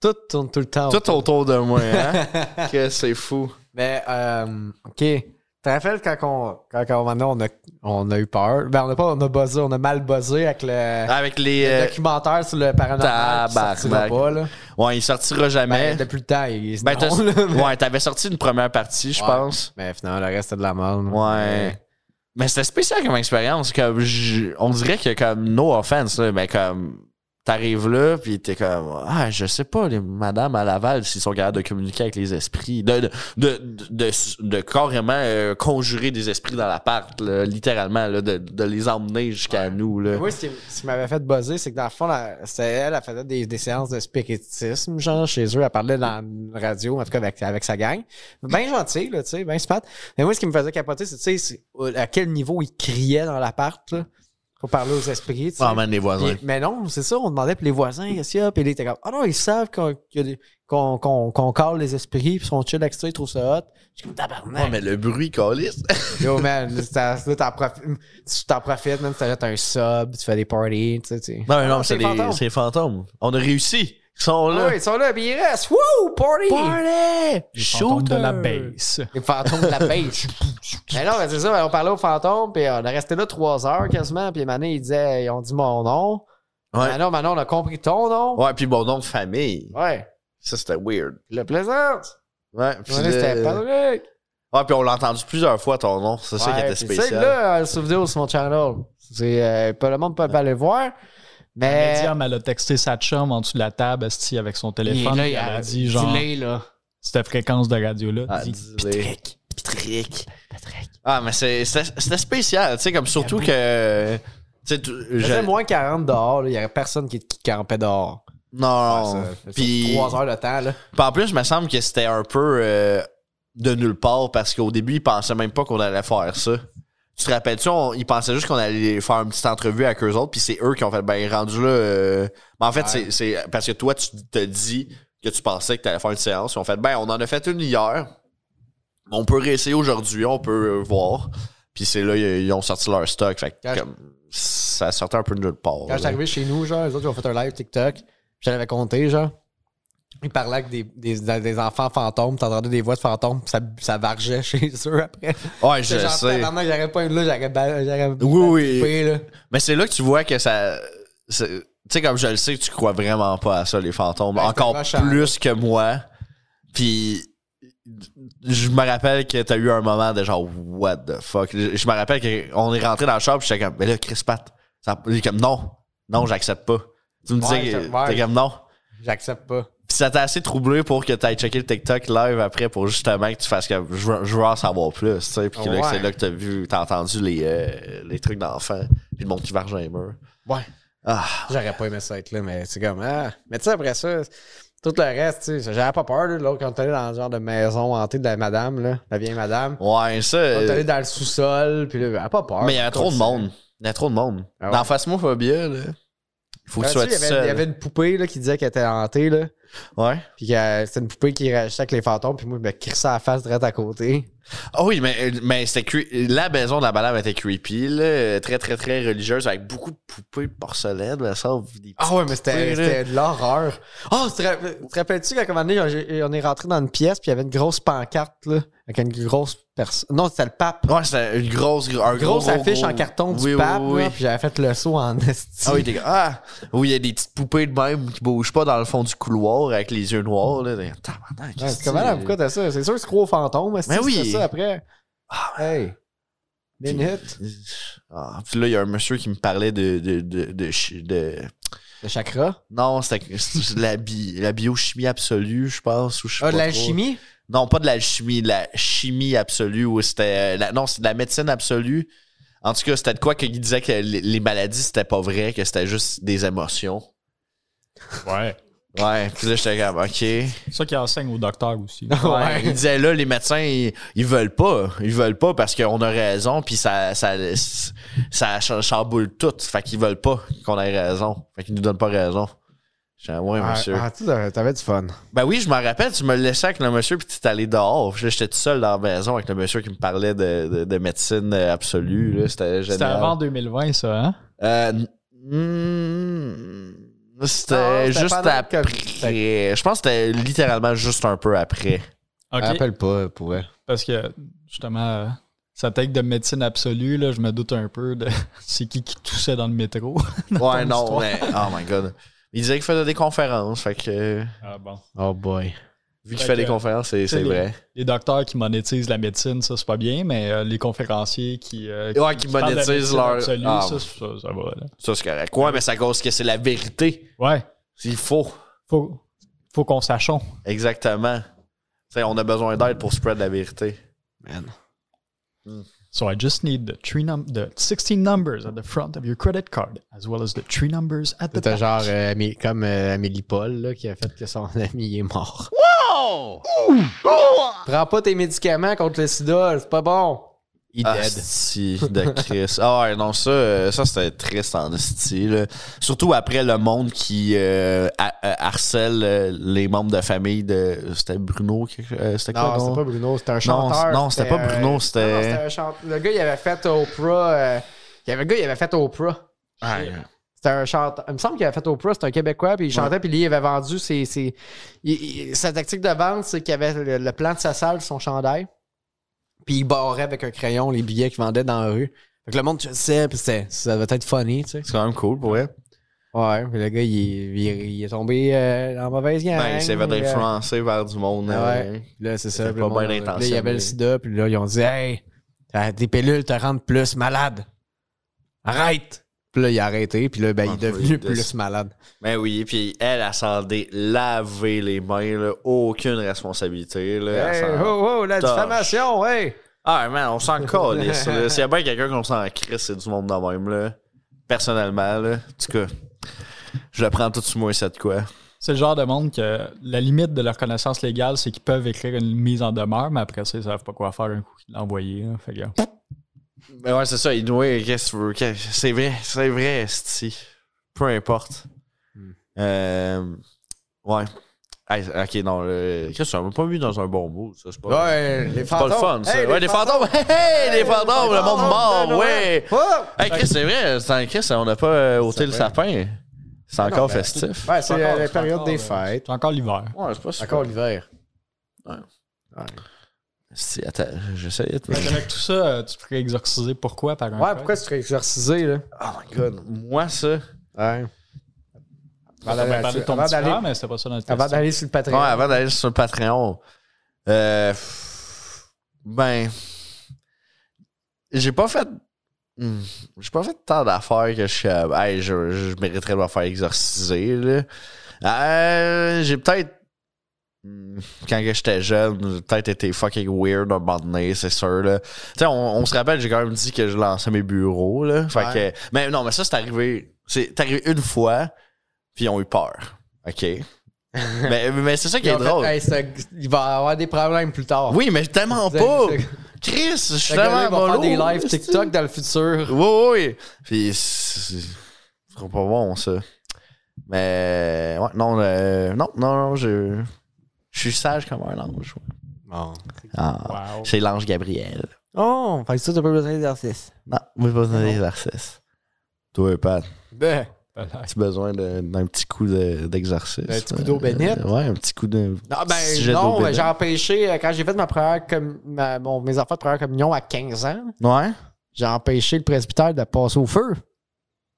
Speaker 3: Tout tourne tout le temps.
Speaker 2: Tout autour de moi, hein? que c'est fou.
Speaker 3: Mais, euh, OK. Tu te rappelles quand, on, quand, quand maintenant on a, on a eu peur? Ben, on a pas, on a buzzé, on a mal buzzé avec le,
Speaker 2: Avec les.
Speaker 3: le
Speaker 2: euh,
Speaker 3: documentaire sur le paranormal. qui
Speaker 2: tabarnak.
Speaker 3: sortira pas, là.
Speaker 2: ouais, il sortira jamais.
Speaker 3: Ben, depuis le temps, il se
Speaker 2: Ben, t'as-
Speaker 3: non, là, mais...
Speaker 2: ouais, t'avais sorti une première partie, je
Speaker 3: Ouais.
Speaker 2: pense.
Speaker 3: mais finalement, le reste, c'est de la merde.
Speaker 2: Ouais. Euh, Mais c'était spécial comme expérience. Comme je- on dirait que comme no offense, là, mais comme t'arrives là puis t'es comme ah je sais pas les madames à Laval s'ils sont capables de communiquer avec les esprits, de de de, de- de- de carrément euh, conjurer des esprits dans l'appart, là, littéralement là, de, de les emmener jusqu'à nous là.
Speaker 3: Mais Euh, Moi, ce qui, ce qui m'avait fait buzzer, c'est que dans le fond, la- c'était elle, elle faisait des, des séances de spiritisme, genre, chez eux. Elle parlait dans une radio, en tout cas, avec, avec sa gang. Bien gentil, là, tu sais, bien smart. Mais moi, ce qui me faisait capoter, c'est, tu sais, c'est, euh, à quel niveau ils criaient dans l'appart, là, pour parler aux esprits, tu sais.
Speaker 2: Ah, man, les voisins.
Speaker 3: Puis- mais non, c'est ça, on demandait pour les voisins, qu'est-ce qu'il y a? Puis ils étaient comme, ah non, ils savent qu'on qu'il y a des- qu'on qu'on- qu'on cale les esprits, puis ils sont chill avec ça, ils trouvent ça hot. Je suis comme,
Speaker 2: Ouais,
Speaker 3: tabarnak.
Speaker 2: Ah, mais le bruit caliste.
Speaker 3: Yo, man, là, t'as- là, t'en profites, tu t'en profites, même tu t'achètes un sub, tu fais des parties, tu sais, tu sais.
Speaker 2: non mais non,
Speaker 3: c'est
Speaker 2: c'est
Speaker 3: les fantômes.
Speaker 2: des c'est les fantômes. On a réussi. Ils sont là.
Speaker 3: Ah oui, ils sont là, puis ils restent. Wouh, party!
Speaker 2: Party!
Speaker 4: les fantômes de la
Speaker 2: Shooter!
Speaker 4: base.
Speaker 3: Les fantômes de la pêche. mais non, mais c'est ça, ben, on parlait aux fantômes, puis on est resté là trois heures quasiment, puis Mané, il disait, ils ont dit mon nom.
Speaker 2: Ouais.
Speaker 3: Manon, Manon, on a compris ton nom.
Speaker 2: Ouais, puis bon nom de famille.
Speaker 3: Ouais.
Speaker 2: Ça c'était weird.
Speaker 3: Le plaisance.
Speaker 2: Ouais, puis
Speaker 3: Mané, c'était
Speaker 2: le-
Speaker 3: Patrick.
Speaker 2: Ah, puis on l'a entendu plusieurs fois ton nom. C'est ça qui
Speaker 3: Ouais,
Speaker 2: était
Speaker 3: puis
Speaker 2: spécial.
Speaker 3: Celle-là, elle se vidéo sur mon channel. C'est, euh, pas le monde peut pas aller voir. Mais.
Speaker 4: Medium, elle a texté sa chum en dessous de la table, esti, avec son téléphone. puis elle a dit, genre,
Speaker 3: Dis-le, là.
Speaker 4: cette fréquence de radio-là.
Speaker 2: Ah,
Speaker 4: dit,
Speaker 2: dis-le. Patrick. Patrick. Ah, mais c'est- c'est- c'était spécial, tu sais, comme surtout que. Tu sais, tu-
Speaker 3: Il
Speaker 2: je-
Speaker 3: faisait moins 40 dehors, là. il y avait personne qui, qui campait dehors.
Speaker 2: Non, non.
Speaker 3: Puis
Speaker 2: Ah, Puis
Speaker 3: 3 heures de temps, là.
Speaker 2: puis en plus, il me semble que c'était un peu euh, de nulle part parce qu'au début, ils pensaient même pas qu'on allait faire ça. Tu te rappelles-tu, on- ils pensaient juste qu'on allait faire une petite entrevue avec eux autres, puis c'est eux qui ont fait ben rendu là. euh, Mais en fait, c'est- c'est parce que toi, tu te dis que tu pensais que tu allais faire une séance. Ils ont fait ben, on en a fait une hier. On peut réessayer aujourd'hui, on peut euh, voir. Puis c'est là, ils ils ont sorti leur stock. Fait que
Speaker 3: Quand je-
Speaker 2: comme, ça sortait un peu de nulle part.
Speaker 3: Quand je suis
Speaker 2: là.
Speaker 3: arrivé chez nous, genre, les autres, ils ont fait un live TikTok. Je t'avais compté, genre. Ils parlaient avec des, des, des enfants fantômes, t'entendais des voix de fantômes, puis ça, ça vargeait chez eux après.
Speaker 2: Ouais, je
Speaker 3: Genre,
Speaker 2: sais.
Speaker 3: tabarnak, j'aurais pas une là, j'aurais. ba- j'aurais
Speaker 2: oui.
Speaker 3: battipé, là.
Speaker 2: Mais c'est là que tu vois que ça. c'est- Tu sais, comme je le sais, tu crois vraiment pas à ça, les fantômes.
Speaker 3: Ouais, c'est
Speaker 2: Encore
Speaker 3: rochant.
Speaker 2: plus que moi. Puis. Je me rappelle que t'as eu un moment de genre, what the fuck. Je je me rappelle qu'on est rentré dans le shop, puis j'étais comme, mais là, Chris Pat. Ça, il est comme, non, non, j'accepte pas. Tu me disais,
Speaker 3: Ouais,
Speaker 2: que-
Speaker 3: c'est- ouais.
Speaker 2: t'es comme, non.
Speaker 3: J'accepte pas.
Speaker 2: Puis ça t'a assez troublé pour que t'ailles checker le TikTok live après pour justement que tu fasses comme, je veux, je veux en savoir plus, tu sais. Puis que là,
Speaker 3: Ouais.
Speaker 2: c'est là que t'as vu, t'as entendu les, euh, les trucs d'enfants, puis le monde qui varge dans les murs.
Speaker 3: Ouais.
Speaker 2: Ah.
Speaker 3: J'aurais pas aimé ça être là, mais c'est comme, ah. Mais tu sais, après ça, tout le reste, tu sais, j'avais pas peur, là, L'autre, quand on est allé dans le genre de maison hantée de la madame, là, la vieille madame.
Speaker 2: Ouais, ça.
Speaker 3: On est
Speaker 2: euh,
Speaker 3: allé dans le sous-sol, puis là, elle a pas peur.
Speaker 2: mais il y avait trop de
Speaker 3: Quoi,
Speaker 2: monde. Il y avait trop de monde.
Speaker 3: Ah ouais.
Speaker 2: Dans Phasmophobia, là. Faut que
Speaker 3: Ah,
Speaker 2: tu
Speaker 3: tu sais, Il
Speaker 2: sois tout
Speaker 3: y, avait, il y
Speaker 2: seul.
Speaker 3: avait une poupée là, qui disait qu'elle était hantée. Là,
Speaker 2: Ouais.
Speaker 3: puis que euh, c'était une poupée qui réagissait avec les fantômes. Puis moi, je me crissais la face direct à côté.
Speaker 2: Ah oui, mais, mais c'était cre- la maison de la balade était creepy, là. très très très religieuse avec beaucoup de poupées de porcelaine, mais ça, des
Speaker 3: Ah ouais, mais c'était
Speaker 2: Oui, là.
Speaker 3: c'était de l'horreur. Oh, tu te rappelles- tu te rappelles-tu qu'à un moment donné, on- on est rentré dans une pièce, puis il y avait une grosse pancarte, là, avec une grosse personne. Non, c'était le pape.
Speaker 2: Ouais, c'était une grosse, un
Speaker 3: Une grosse
Speaker 2: gros, gros,
Speaker 3: affiche
Speaker 2: gros-
Speaker 3: en carton du
Speaker 2: Oui, oui,
Speaker 3: pape,
Speaker 2: oui.
Speaker 3: là, puis j'avais fait le saut en esti.
Speaker 2: Ah oui, des- ah, oui, il y a des petites poupées de même qui bougent pas dans le fond du couloir avec les yeux noirs. Là. Des- Tabarnak, euh,
Speaker 3: Ouais,
Speaker 2: qu'est-ce
Speaker 3: c'est
Speaker 2: que
Speaker 3: comment, là,
Speaker 2: c'est?
Speaker 3: pourquoi t'as ça? C'est sûr que tu crois aux fantômes, esti,
Speaker 2: Mais oui.
Speaker 3: c'est ça après.
Speaker 2: Ah,
Speaker 3: Hey. Minute.
Speaker 2: Ah, puis là, il y a un monsieur qui me parlait de. de, de, de, chi- de-
Speaker 3: Le chakra.
Speaker 2: Non, c'était c'était de la, bi- la biochimie absolue, je pense. Ou je sais
Speaker 3: Ah, de
Speaker 2: pas trop.
Speaker 3: l'alchimie?
Speaker 2: Non, pas de l'alchimie, de la chimie absolue. Ou c'était. euh, la- Non, c'est de la médecine absolue. En tout cas, c'était de quoi qu'il disait que les les maladies, c'était pas vrai, que c'était juste des émotions.
Speaker 4: Ouais.
Speaker 2: Ouais, puis là, j'étais comme, OK.
Speaker 4: C'est ça qui enseigne aux docteurs aussi.
Speaker 2: Ouais. Il disait là, les médecins, ils, ils veulent pas. Ils veulent pas parce qu'on a raison, puis ça, ça, ça, ch- chamboule tout. Fait qu'ils veulent pas qu'on ait raison. Fait qu'ils nous donnent pas raison. J'ai dit, ouais, monsieur.
Speaker 3: Ah, ah, tu t'avais du fun.
Speaker 2: Ben oui, je m'en rappelle, tu me laissais avec le monsieur, puis t'es allé dehors. Puis là, J'étais tout seul dans la maison avec le monsieur qui me parlait de, de- de médecine euh, absolue. là. C'était génial.
Speaker 4: C'était avant 2020, ça, hein?
Speaker 2: Euh, mm,
Speaker 3: Non,
Speaker 2: c'était
Speaker 3: c'était
Speaker 2: juste
Speaker 3: pendant le
Speaker 2: après. Je pense que c'était littéralement juste un peu après.
Speaker 4: OK.
Speaker 3: Rappelle pas, pour vrai.
Speaker 4: Parce que, justement, euh, sa tech de médecine absolue, là, je me doute un peu de c'est qui qui toussait dans le métro.
Speaker 2: Ouais,
Speaker 4: ton
Speaker 2: non,
Speaker 4: histoire.
Speaker 2: mais. Oh my god. Il disait qu'il faisait des conférences, fait que.
Speaker 4: Ah bon.
Speaker 3: Oh boy.
Speaker 2: Vu
Speaker 4: Fait
Speaker 2: qu'il fait
Speaker 4: que,
Speaker 2: des conférences, c'est
Speaker 4: c'est
Speaker 2: c'est
Speaker 4: les-
Speaker 2: vrai.
Speaker 4: Les docteurs qui monétisent la médecine, ça, c'est pas bien, mais euh, les conférenciers qui. euh,
Speaker 2: Ouais, qui
Speaker 4: parlent de la
Speaker 2: monétisent
Speaker 4: médecine
Speaker 2: leur-
Speaker 4: absolue,
Speaker 2: Ah.
Speaker 4: ça, ça, ça va, là.
Speaker 2: Ça, c'est correct. Ouais, mais c'est à cause que c'est la vérité.
Speaker 4: Ouais.
Speaker 2: Il faut.
Speaker 4: Faut, faut qu'on sachons.
Speaker 2: Exactement. T'sais, on a besoin d'aide pour spread la vérité.
Speaker 4: So I just need the three num the 16 numbers at the front of your credit card, as well as the three numbers at the
Speaker 3: C'était
Speaker 4: back.
Speaker 3: genre euh, Amé- comme euh, Amélie Paul là, qui a fait que son ami est mort. Prends pas tes médicaments contre le sida, c'est pas bon. Il
Speaker 2: Ah,
Speaker 3: dead.
Speaker 2: si, de Chris. Ah ouais, non, ça, euh, ça c'était triste en esti, là. Surtout après le monde qui euh, ha- euh, harcèle euh, les membres de famille de. C'était Bruno, quelque- euh, c'était quoi
Speaker 3: Non,
Speaker 2: le nom?
Speaker 3: c'était pas Bruno, c'était un
Speaker 2: c'est-
Speaker 3: chanteur.
Speaker 2: non, c'était pas
Speaker 3: euh,
Speaker 2: Bruno,
Speaker 3: non,
Speaker 2: c'était-
Speaker 3: non, un chante- Le gars, il avait fait Oprah. euh, il y avait le gars, il avait fait Oprah.
Speaker 2: Ah, Ouais.
Speaker 3: C'était un chanteur. Il me semble qu'il avait fait Oprah, c'était un Québécois, puis il chantait, puis lui, il avait vendu ses. ses- il- il- sa tactique de vente, c'est qu'il avait le, le plan de sa salle, son chandail, puis il barrait avec un crayon les billets qu'il vendait dans la rue. Fait que le monde, tu le sais, puis c'était- ça devait être funny, tu sais.
Speaker 2: C'est quand même cool pour vrai.
Speaker 3: Ouais, puis le gars, il, il- il est tombé euh, dans la mauvaise gang.
Speaker 2: Ben, il s'est fait
Speaker 3: puis, euh, Ah
Speaker 2: influencer vers du monde. euh,
Speaker 3: Ouais. puis Là, c'est ça.
Speaker 2: C'était
Speaker 3: puis
Speaker 2: pas
Speaker 3: le monde- puis
Speaker 2: bien
Speaker 3: Là, il y
Speaker 2: intentionné.
Speaker 3: avait le sida, puis là, ils ont dit Hey, t'as- tes pilules te rendent plus malade. Arrête! Puis là, il a arrêté, puis là, ben, il est
Speaker 2: Entre
Speaker 3: devenu
Speaker 2: les deux.
Speaker 3: plus malade.
Speaker 2: Ben oui, puis elle, elle s'en dé- laver les mains, là, aucune responsabilité. Là, elle
Speaker 3: Hey,
Speaker 2: s'en-
Speaker 3: oh, oh, la
Speaker 2: torche.
Speaker 3: diffamation, hey!
Speaker 2: Ah man, on s'en calisse. là. S'il y a bien quelqu'un qu'on s'en crisse, c'est du monde de même. Là. Personnellement, là. en tout cas, je le prends tout sur moi, cette quoi.
Speaker 4: C'est le genre de monde que la limite de leur connaissance légale, c'est qu'ils peuvent écrire une mise en demeure, mais après ça, ils savent pas quoi faire un coup qu'ils l'envoyer. Fait que,
Speaker 2: Mais Ben ouais, c'est ça, Inoué, qu'est-ce que tu veux? Qu'est- C'est vrai, c'est vrai, esti. Peu importe. Hmm. Euh, ouais. Hey, ok, non, le... Chris, ça m'a pas mis dans un bon mood, ça, c'est pas...
Speaker 3: Ouais, les
Speaker 2: C'est pas
Speaker 3: fantômes.
Speaker 2: le fun, ça.
Speaker 3: Hey,
Speaker 2: ouais, les fantômes. Hey, hey, les fantômes, le monde mort, ouais.
Speaker 3: Oh!
Speaker 2: Hey, Chris, c'est vrai, c'est en Chris, on n'a pas euh, ôté le sapin. Ah C'est encore
Speaker 3: ben,
Speaker 2: festif.
Speaker 3: Ouais, c'est euh,
Speaker 4: encore-
Speaker 3: la période
Speaker 4: encore,
Speaker 3: des
Speaker 4: euh,
Speaker 3: fêtes.
Speaker 4: C'est encore l'hiver.
Speaker 2: Ouais, c'est pas
Speaker 3: Encore l'hiver.
Speaker 2: Si, attends, j'essayais de.
Speaker 4: Fait qu'avec tout ça, euh, tu te ferais exorciser pourquoi par un
Speaker 3: Ouais,
Speaker 4: prêtre?
Speaker 3: pourquoi tu serais exorcisé, là?
Speaker 2: Oh my god, moi ça.
Speaker 3: Ouais.
Speaker 4: T'as bien parlé de ton
Speaker 3: Avant
Speaker 4: petit
Speaker 3: d'aller-
Speaker 4: frère, mais c'était pas ça notre
Speaker 3: Avant
Speaker 4: question.
Speaker 3: d'aller sur le Patreon.
Speaker 2: Ouais, avant d'aller sur le Patreon. Euh, pff, ben. J'ai pas fait. hmm, J'ai pas fait tant d'affaires que je suis. euh, hey, je, je mériterais de me faire exorciser, là. Euh, j'ai peut-être. hmm, Quand que j'étais jeune, j'ai peut-être été fucking weird un moment donné, c'est sûr. Là. Tu sais, on, on se rappelle, j'ai quand même dit que je lançais mes bureaux. Là. Fait
Speaker 3: Ouais.
Speaker 2: que, mais non, mais ça, c'est arrivé. C'est arrivé une fois, puis ils ont eu peur. OK? mais mais c'est ça qui
Speaker 3: Ils
Speaker 2: est
Speaker 3: ont fait,
Speaker 2: drôle.
Speaker 3: Hey, ça- il va avoir des problèmes plus tard.
Speaker 2: Oui, mais tellement
Speaker 3: C'est-
Speaker 2: pas.
Speaker 3: c'est-
Speaker 2: Chris, je suis
Speaker 3: Le gars-là,
Speaker 2: tellement
Speaker 3: il va faire
Speaker 2: mollo.
Speaker 3: des lives TikTok dans le futur.
Speaker 2: Oui, oui, oui. Puis, c'est c'est pas bon, ça. Mais, ouais, non, euh, non, non, non, je, je suis sage comme un ange. ouais.
Speaker 3: Oh.
Speaker 2: Ah,
Speaker 4: Wow.
Speaker 2: C'est l'ange Gabriel.
Speaker 3: Oh, fait que ça, t'as pas besoin d'exercice.
Speaker 2: Non, moi, j'ai pas besoin d'exercice. Toi, Pat,
Speaker 3: Ben,
Speaker 4: Voilà.
Speaker 2: as-tu besoin de- d'un petit coup de- d'exercice?
Speaker 3: Un petit coup d'eau bénite?
Speaker 2: Euh, ouais, un petit coup de.
Speaker 3: non,
Speaker 2: Petit
Speaker 3: ben,
Speaker 2: jet
Speaker 3: non,
Speaker 2: d'eau
Speaker 3: ben,
Speaker 2: bénite.
Speaker 3: j'ai empêché, euh, quand j'ai fait ma première com- ma- mon- mes enfants de première communion à 15 ans,
Speaker 2: Ouais?
Speaker 3: j'ai empêché le presbytère de passer au feu.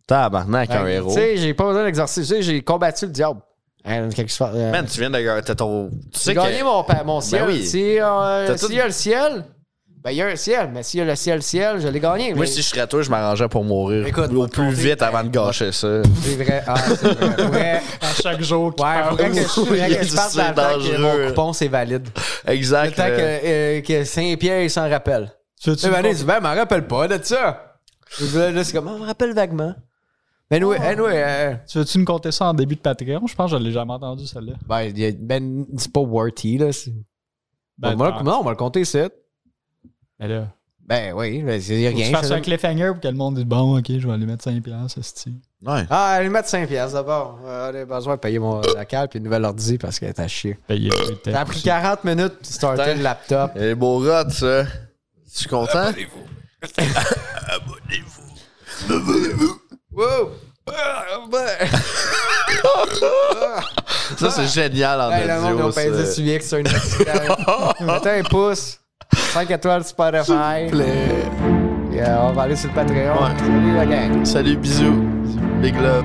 Speaker 2: Tabarnak, un
Speaker 3: Fait que,
Speaker 2: héros.
Speaker 3: Ben, Tu sais, j'ai pas besoin d'exercice. Tu sais, j'ai combattu le diable. Hein, quelque chose- euh,
Speaker 2: Man, tu viens de. T'as ton. Tu sais
Speaker 3: J'ai gagné
Speaker 2: que. Ben
Speaker 3: mon, pa- mon ciel.
Speaker 2: oui.
Speaker 3: Si, euh,
Speaker 2: T'as
Speaker 3: s'il
Speaker 2: tout-
Speaker 3: y a le ciel, ben il y a un ciel. Mais s'il y a le ciel, ciel, je l'ai gagné.
Speaker 2: Moi,
Speaker 3: mais-
Speaker 2: si je serais toi, je m'arrangerais pour mourir
Speaker 3: Écoute,
Speaker 2: au
Speaker 3: moi,
Speaker 2: plus
Speaker 3: compter-
Speaker 2: vite avant de gâcher ça.
Speaker 3: C'est vrai. Ah, c'est vrai. Faudrait-
Speaker 4: À chaque jour qui
Speaker 3: Ouais,
Speaker 4: parle.
Speaker 3: faudrait que je, faudrait
Speaker 2: Il y a
Speaker 3: que je
Speaker 2: du
Speaker 3: parte dans le temps que
Speaker 2: dangereux.
Speaker 3: mon coupon, c'est valide. Le
Speaker 2: Exact.
Speaker 3: temps
Speaker 2: euh,
Speaker 3: que, euh, que Saint-Pierre, il s'en rappelle.
Speaker 4: Tu
Speaker 3: Tu sais,
Speaker 4: veux-tu
Speaker 3: Vanessa, dit, ben, m'en rappelle pas de ça. Puis Là, là, c'est comme, on me rappelle vaguement. Mais anyway,
Speaker 2: Ah.
Speaker 3: anyway, euh,
Speaker 4: Tu veux-tu nous compter ça en début de Patreon? Je pense que je l'ai jamais entendu, celle-là.
Speaker 3: ben, il y a- ben, c'est pas worthy, là. c'est-
Speaker 4: Ben,
Speaker 3: Bon, moi,
Speaker 4: attends.
Speaker 3: Bah, non, on va le compter, c'est.
Speaker 4: Mais là,
Speaker 3: Ben oui, ben, c'est
Speaker 4: faut que
Speaker 3: rien.
Speaker 4: tu fasses
Speaker 3: ça.
Speaker 4: un cliffhanger pour que le monde dise bon, ok, je vais aller mettre 5 piastres, ce
Speaker 2: Ouais.
Speaker 3: Ah, allez mettre 5 piastres d'abord. Euh, J'ai besoin de payer mon local puis une nouvelle ordi parce qu'elle est à chier.
Speaker 4: Payer
Speaker 3: Ça a pris 40 minutes de starter
Speaker 2: Putain.
Speaker 3: le laptop.
Speaker 2: Et Eh, beau rot, ça. Tu es content?
Speaker 3: Wow! Ah, ben-
Speaker 2: Ça, c'est génial en
Speaker 3: Hey, le monde
Speaker 2: audio.
Speaker 3: n'a pas
Speaker 2: ça.
Speaker 3: dit suivi que c'est un accident. Mettez un pouce. 5 étoiles sur Spotify. Et, euh, on va aller sur le Patreon.
Speaker 2: Ouais.
Speaker 3: Salut la gang.
Speaker 2: Salut, bisous. Big love.